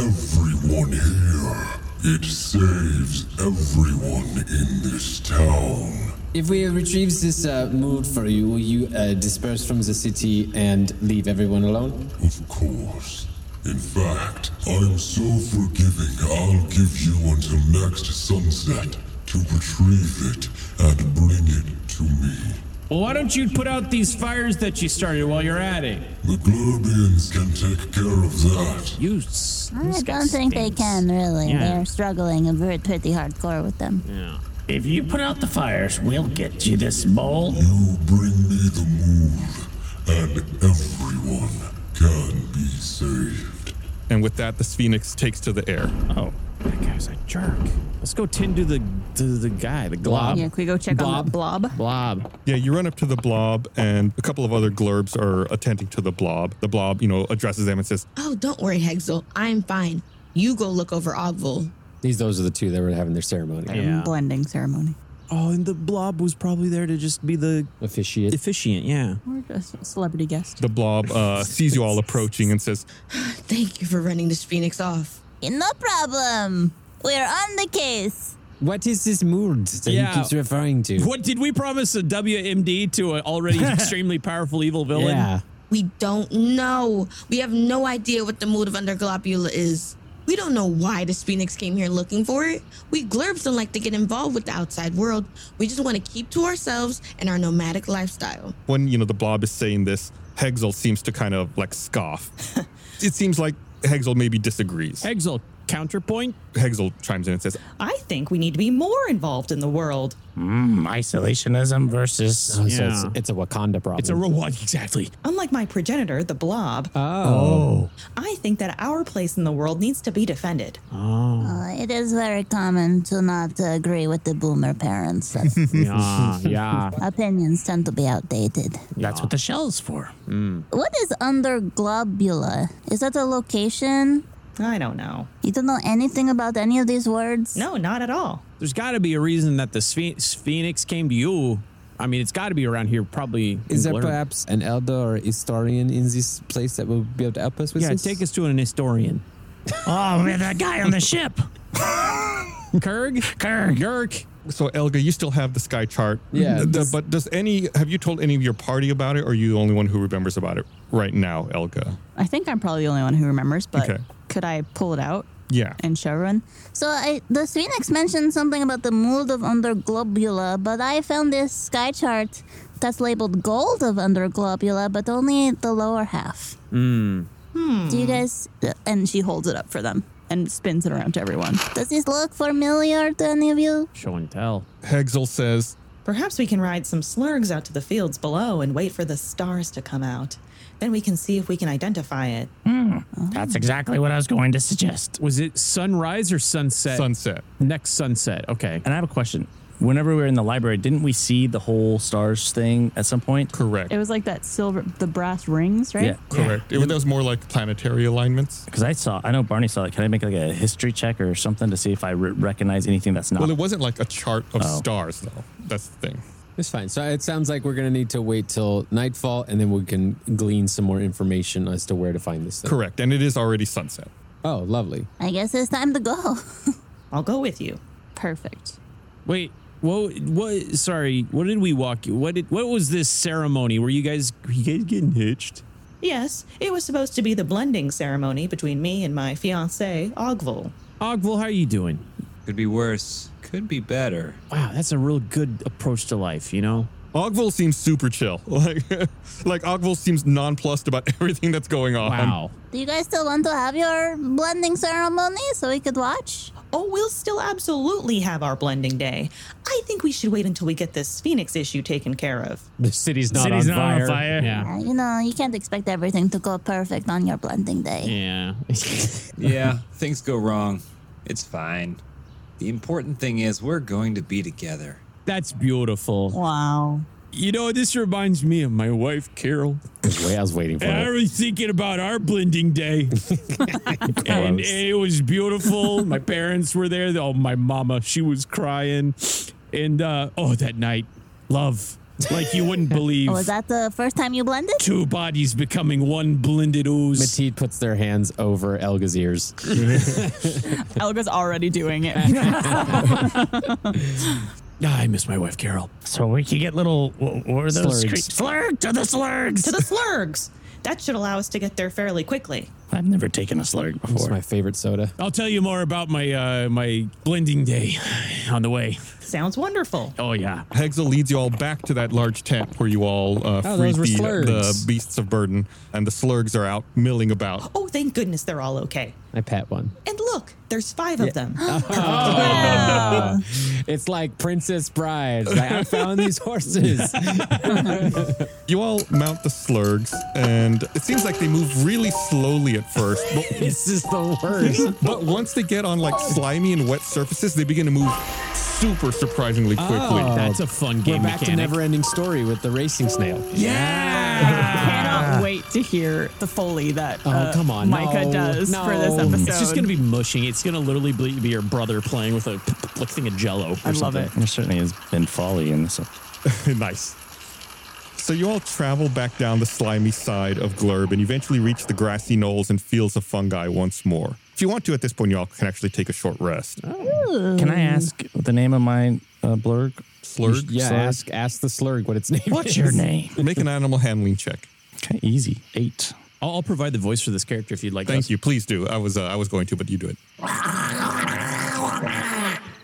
S11: everyone here. It saves everyone in this town.
S3: If we retrieve this uh, mood for you, will you uh, disperse from the city and leave everyone alone?
S11: Of course. In fact, I'm so forgiving, I'll give you until next sunset to retrieve it and bring it to me.
S5: Well, why don't you put out these fires that you started while you're at it?
S11: The Glurbians can take care of that.
S5: You. s-
S7: I don't think they can, really. They're struggling and we're pretty hardcore with them.
S13: If you put out the fires, we'll get you this bowl.
S11: You bring me the mood, and everyone can be saved.
S8: and with that, this phoenix takes to the air.
S13: Oh, that guy's a jerk.
S5: Let's go tend to the to the guy, the glob.
S4: Yeah, can we go check on the blob?
S3: Blob.
S8: Yeah, you run up to the blob, and a couple of other glurbs are attending to the blob. The blob, you know, addresses them and says,
S19: Oh, don't worry, Hexel. I'm fine. You go look over Ogvil.
S3: These those are the two that were having their ceremony.
S4: Um, Blending ceremony.
S9: Oh, and the blob was probably there to just be the
S3: officiate.
S9: Officiant, yeah.
S4: Or just a celebrity guest.
S8: The blob uh, sees you all approaching and says,
S19: Thank you for running this phoenix off.
S7: No problem. We're on the case.
S3: What is this mood that
S5: Yeah.
S3: he keeps referring to?
S5: What did we promise a WMD to an already extremely powerful evil villain?
S3: Yeah.
S19: We don't know. We have no idea what the mood of Underglobula is. We don't know why this phoenix came here looking for it. We glurbs don't like to get involved with the outside world. We just want to keep to ourselves and our nomadic lifestyle.
S8: when you know the blob is saying this, Hexel seems to kind of like scoff. it seems like Hexel maybe disagrees.
S5: Hexel counterpoint.
S8: Hexel chimes in and says,
S20: I think we need to be more involved in the world.
S6: Mm, isolationism versus.
S3: Oh, so it's, it's a Wakanda problem.
S6: It's a
S5: Rwanda, exactly.
S20: Unlike my progenitor, the blob.
S3: Oh.
S20: I think that our place in the world needs to be defended.
S9: Ah.
S7: Uh, it is very common to not uh, agree with the boomer parents. That's-
S5: Yeah, yeah.
S7: Opinions tend to be outdated.
S6: That's what the shell's for.
S7: What is underglobula? Is that a location?
S20: I don't know.
S7: You don't know anything about any of these words?
S20: No, not at all.
S5: There's got to be a reason that the Sphe- Phoenix came to you. I mean, it's got to be around here, probably.
S3: Is there
S5: in Blur.
S3: perhaps an elder or historian in this place that will be able to help us with
S5: Yeah,
S3: this?
S5: take us to an historian.
S6: Oh man, that guy on the ship.
S5: Kurg?
S6: Kurg.
S5: Yerk.
S8: So Elga, you still have the sky chart.
S3: Yeah,
S8: The-
S3: this-
S8: but does any have you told any of your party about it, or are you the only one who remembers about it right now, Elga?
S4: I think I'm probably the only one who remembers, but
S8: Okay.
S4: could I pull it out
S8: Yeah.
S4: and show everyone?
S7: So I, the Phoenix mentioned something about the mold of underglobula, but I found this sky chart that's labeled gold of underglobula, but only the lower half.
S5: Mm.
S7: Do
S20: Hmm.
S7: you guys?
S4: And she holds it up for them and spins it around to everyone.
S7: Does this look familiar to any of you?
S5: Show and tell.
S8: Hexel says,
S20: Perhaps we can ride some slurgs out to the fields below and wait for the stars to come out. Then we can see if we can identify it. Oh.
S6: That's exactly what I was going to suggest.
S5: Was it sunrise or sunset?
S8: Sunset.
S5: Next sunset. Okay.
S6: And I have a question. Whenever we were in the library, didn't we see the whole stars thing at some point?
S8: Correct.
S4: It was like that silver, the brass rings, right?
S6: Yeah.
S8: Correct. It was, that was more like planetary alignments.
S6: Because I saw, I know Barney saw it. Can I make like a history check or something to see if I re- recognize anything that's not?
S8: Well, it wasn't like a chart of
S6: Oh.
S8: stars, though. That's the thing.
S3: It's fine. So it sounds like we're going to need to wait till nightfall and then we can glean some more information as to where to find this thing.
S8: Correct. And it is already sunset.
S3: Oh, lovely.
S7: I guess it's time to go.
S20: I'll go with you.
S4: Perfect.
S5: Wait. What? What? Sorry. What did we walk? What did? What was this ceremony? Were you guys? Were you guys getting hitched?
S20: Yes, it was supposed to be the blending ceremony between me and my fiance, Ogvil.
S5: Ogvil, how are you doing?
S21: Could be worse. Could be better.
S5: Wow, that's a real good approach to life. You know.
S8: Ogvil seems super chill. Like, like Ogvil seems nonplussed about everything that's going on.
S5: Wow.
S7: Do you guys still want to have your blending ceremony so we could watch?
S20: Oh, we'll still absolutely have our blending day. I think we should wait until we get this Phoenix issue taken care of.
S3: The city's
S5: not City's on not on fire. fire. Yeah.
S7: Uh, you know, you can't expect everything to go perfect on your blending day.
S5: Yeah.
S21: yeah, things go wrong. It's fine. The important thing is we're going to be together.
S5: That's beautiful.
S4: Wow.
S5: You know, this reminds me of my wife, Carol.
S3: I was waiting for
S5: And I
S3: it.
S5: was thinking about our blending day. and it was beautiful. My parents were there. Oh, my mama, she was crying. And uh, oh, that night, love. Like you wouldn't believe.
S7: Oh, was that the first time you blended?
S5: Two bodies becoming one blended ooze.
S3: Mateed puts their hands over Elga's ears.
S4: Elga's already doing it.
S5: Ah, I miss my wife, Carol.
S6: so we could get little, what were those?
S3: Slurgs.
S6: Slurgs. Slurg to the slurgs.
S20: to the slurgs! That should allow us to get there fairly quickly.
S6: I've never taken a slurg
S3: It's
S6: before.
S3: my favorite soda.
S5: I'll tell you more about my uh, my blending day on the way.
S20: Sounds wonderful.
S5: Oh yeah.
S8: Hexel leads you all back to that large tent where you all uh,
S3: Oh,
S8: freed
S3: those were
S8: the, the
S3: slurgs.
S8: beasts of burden, and the slurgs are out milling about.
S20: Oh, thank goodness they're all okay.
S3: I pat one.
S20: And look, there's five of them.
S3: Oh. it's like Princess Bride. Like, I found these horses.
S8: You all mount the slurgs, and it seems like they move really slowly at first, but,
S3: this is the worst.
S8: but once they get on like slimy and wet surfaces, they begin to move super surprisingly quickly.
S3: Oh.
S5: That's a fun
S3: We're
S5: game
S3: back to
S5: mechanic.
S3: never ending story with the racing snail.
S5: yeah.
S4: Cannot wait to hear the foley that
S5: Oh,
S4: uh,
S5: come on.
S4: Micah
S5: No,
S4: does
S5: no.
S4: for this episode.
S9: It's just gonna be mushing. It's gonna literally be be your brother playing with a like thing of Jello. Or
S4: I love
S9: something.
S4: it.
S6: There certainly has been folly in this.
S8: nice. So you all travel back down the slimy side of Glurb and eventually reach the grassy knolls and fields of fungi once more. If you want to, at this point, you all can actually take a short rest.
S6: Can I ask the name of my uh, blurg?
S8: Slurg?
S3: Yeah, ask ask the slurg what its name
S6: What's
S3: is.
S6: your name?
S8: Make an animal handling check.
S6: Okay, easy. Eight.
S9: I'll, I'll provide the voice for this character if you'd like.
S8: Thank you. Please do. I was uh, I was going to, but you do it.
S4: Oh,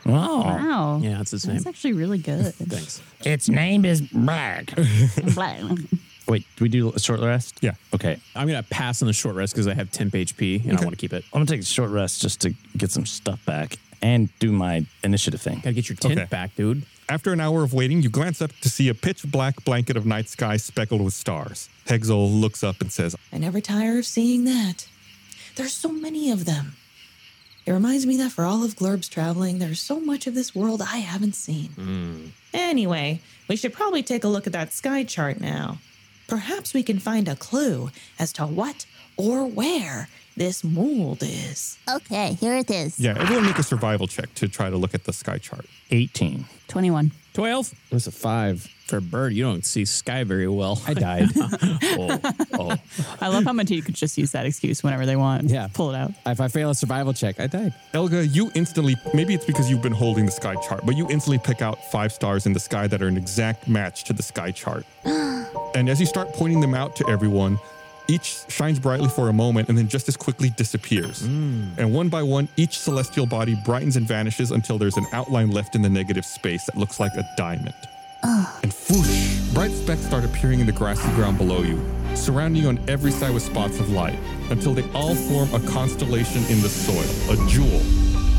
S4: Wow.
S9: Yeah, that's his
S4: That's
S9: name.
S4: actually really good.
S9: Thanks.
S6: Its name is Bragg. Wait, do we do a short rest?
S8: Yeah.
S6: Okay.
S9: I'm gonna pass on the short rest because I have temp HP and I want to keep it.
S6: I'm gonna take a short rest just to get some stuff back and do my initiative thing.
S9: Gotta get your tent back, dude.
S8: After an hour of waiting, you glance up to see a pitch black blanket of night sky speckled with stars. Hexel looks up and says,
S20: I never tire of seeing that. There's so many of them. It reminds me that for all of Glurb's traveling, there's so much of this world I haven't seen. Anyway, we should probably take a look at that sky chart now. Perhaps we can find a clue as to what or where this mold is.
S7: Okay, here it is.
S8: Yeah, everyone make a survival check to try to look at the sky chart.
S6: 18.
S4: 21.
S9: 12.
S3: That's a five.
S9: For a bird, you don't see sky very well. I
S3: died.
S9: oh, oh.
S4: I love how Matisse could just use that excuse whenever they want.
S3: Yeah.
S4: Pull it out.
S3: If I fail a survival check, I died.
S8: Elga, you instantly, maybe it's because you've been holding the sky chart, but you instantly pick out five stars in the sky that are an exact match to the sky chart. and as you start pointing them out to everyone, each shines brightly for a moment and then just as quickly disappears. And one by one, each celestial body brightens and vanishes until there's an outline left in the negative space that looks like a diamond. And whoosh, bright specks start appearing in the grassy ground below you, surrounding you on every side with spots of light, until they all form a constellation in the soil, a jewel.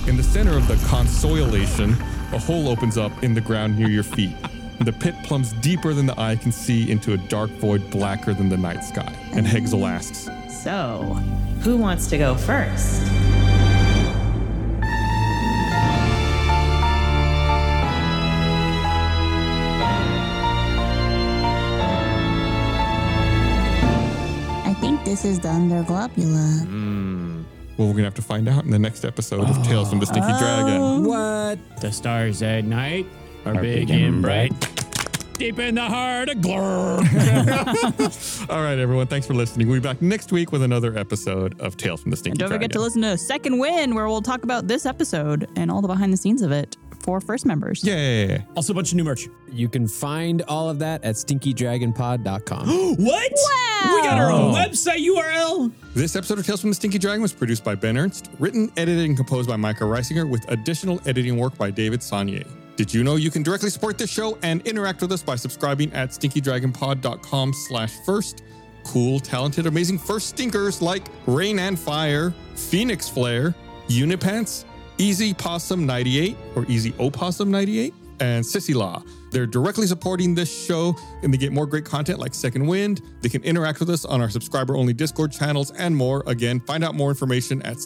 S8: In the center of the consolation, a hole opens up in the ground near your feet. The pit plumbs deeper than the eye can see into a dark void blacker than the night sky. And Hexel asks,
S20: So, who wants to go first?
S7: I think this is the underglobula.
S8: Mm. Well, we're going to have to find out in the next episode of Tales from the Stinky
S5: Oh.
S8: Dragon.
S3: What?
S5: The stars at night are, big, and bright. Deep in the heart of glurb.
S8: All right, everyone. Thanks for listening. We'll be back next week with another episode of Tales from the Stinky
S4: And don't
S8: Dragon.
S4: forget to listen to Second Win, where we'll talk about this episode and all the behind the scenes of it for first members.
S8: Yeah.
S9: Also, a bunch of new merch.
S3: You can find all of that at stinkydragonpod.com.
S9: what? Wow. We got our
S6: Oh.
S9: own website URL.
S8: This episode of Tales from the Stinky Dragon was produced by Ben Ernst, written, edited, and composed by Micah Reisinger, with additional editing work by David Saunier. Did you know you can directly support this show and interact with us by subscribing at stinkydragonpod.com slash first? Cool, talented, amazing first stinkers like Rain and Fire, Phoenix Flare, Unipants, Easy Possum 98, or Easy Opossum 98, and Sissy Law. They're directly supporting this show and they get more great content like Second Wind. They can interact with us on our subscriber only Discord channels and more. Again, find out more information at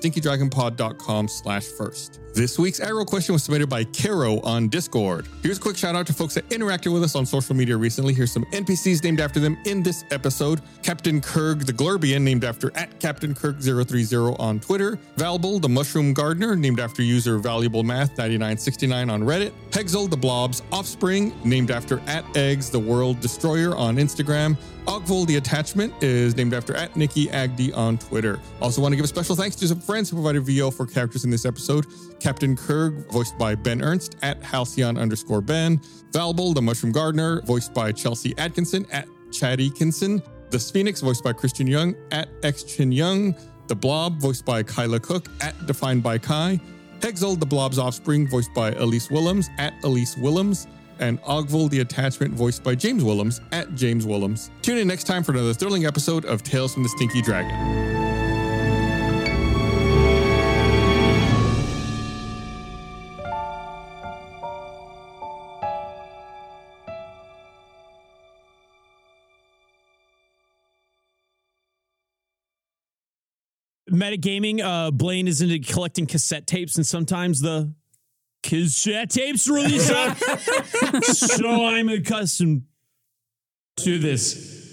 S8: stinkydragonpod.com slash first. This week's arrow question was submitted by Caro on Discord. Here's a quick shout out to folks that interacted with us on social media recently. Here's some NPCs named after them in this episode. Captain Kirk the Glurbian, named after at Captain Kirk030 on Twitter. Valble the Mushroom Gardener, named after user Valuable Math 9969 on Reddit. Hexel the Blob's Offspring, named after at Eggs the World Destroyer on Instagram. Ogvul the Attachment is named after at Nikki Agdi on Twitter. Also want to give a special thanks to some friends who provided VO for characters in this episode. Captain Kurg, voiced by Ben Ernst, at Halcyon underscore Ben. Valble, the Mushroom Gardener, voiced by Chelsea Atkinson, at Chad Eakinson. The Phoenix, voiced by Christian Young, at X Chin Young. The Blob, voiced by Kyla Cook, at Defined by Kai. Hexel, the Blob's offspring, voiced by Elise Willems, at Elise Willems and Ogvil the Attachment, voiced by James Willems at James Willems. Tune in next time for another thrilling episode of Tales from the Stinky Dragon.
S9: Metagaming. Uh, Blaine is into collecting cassette tapes, and sometimes the cassette tapes release up. so I'm accustomed to this.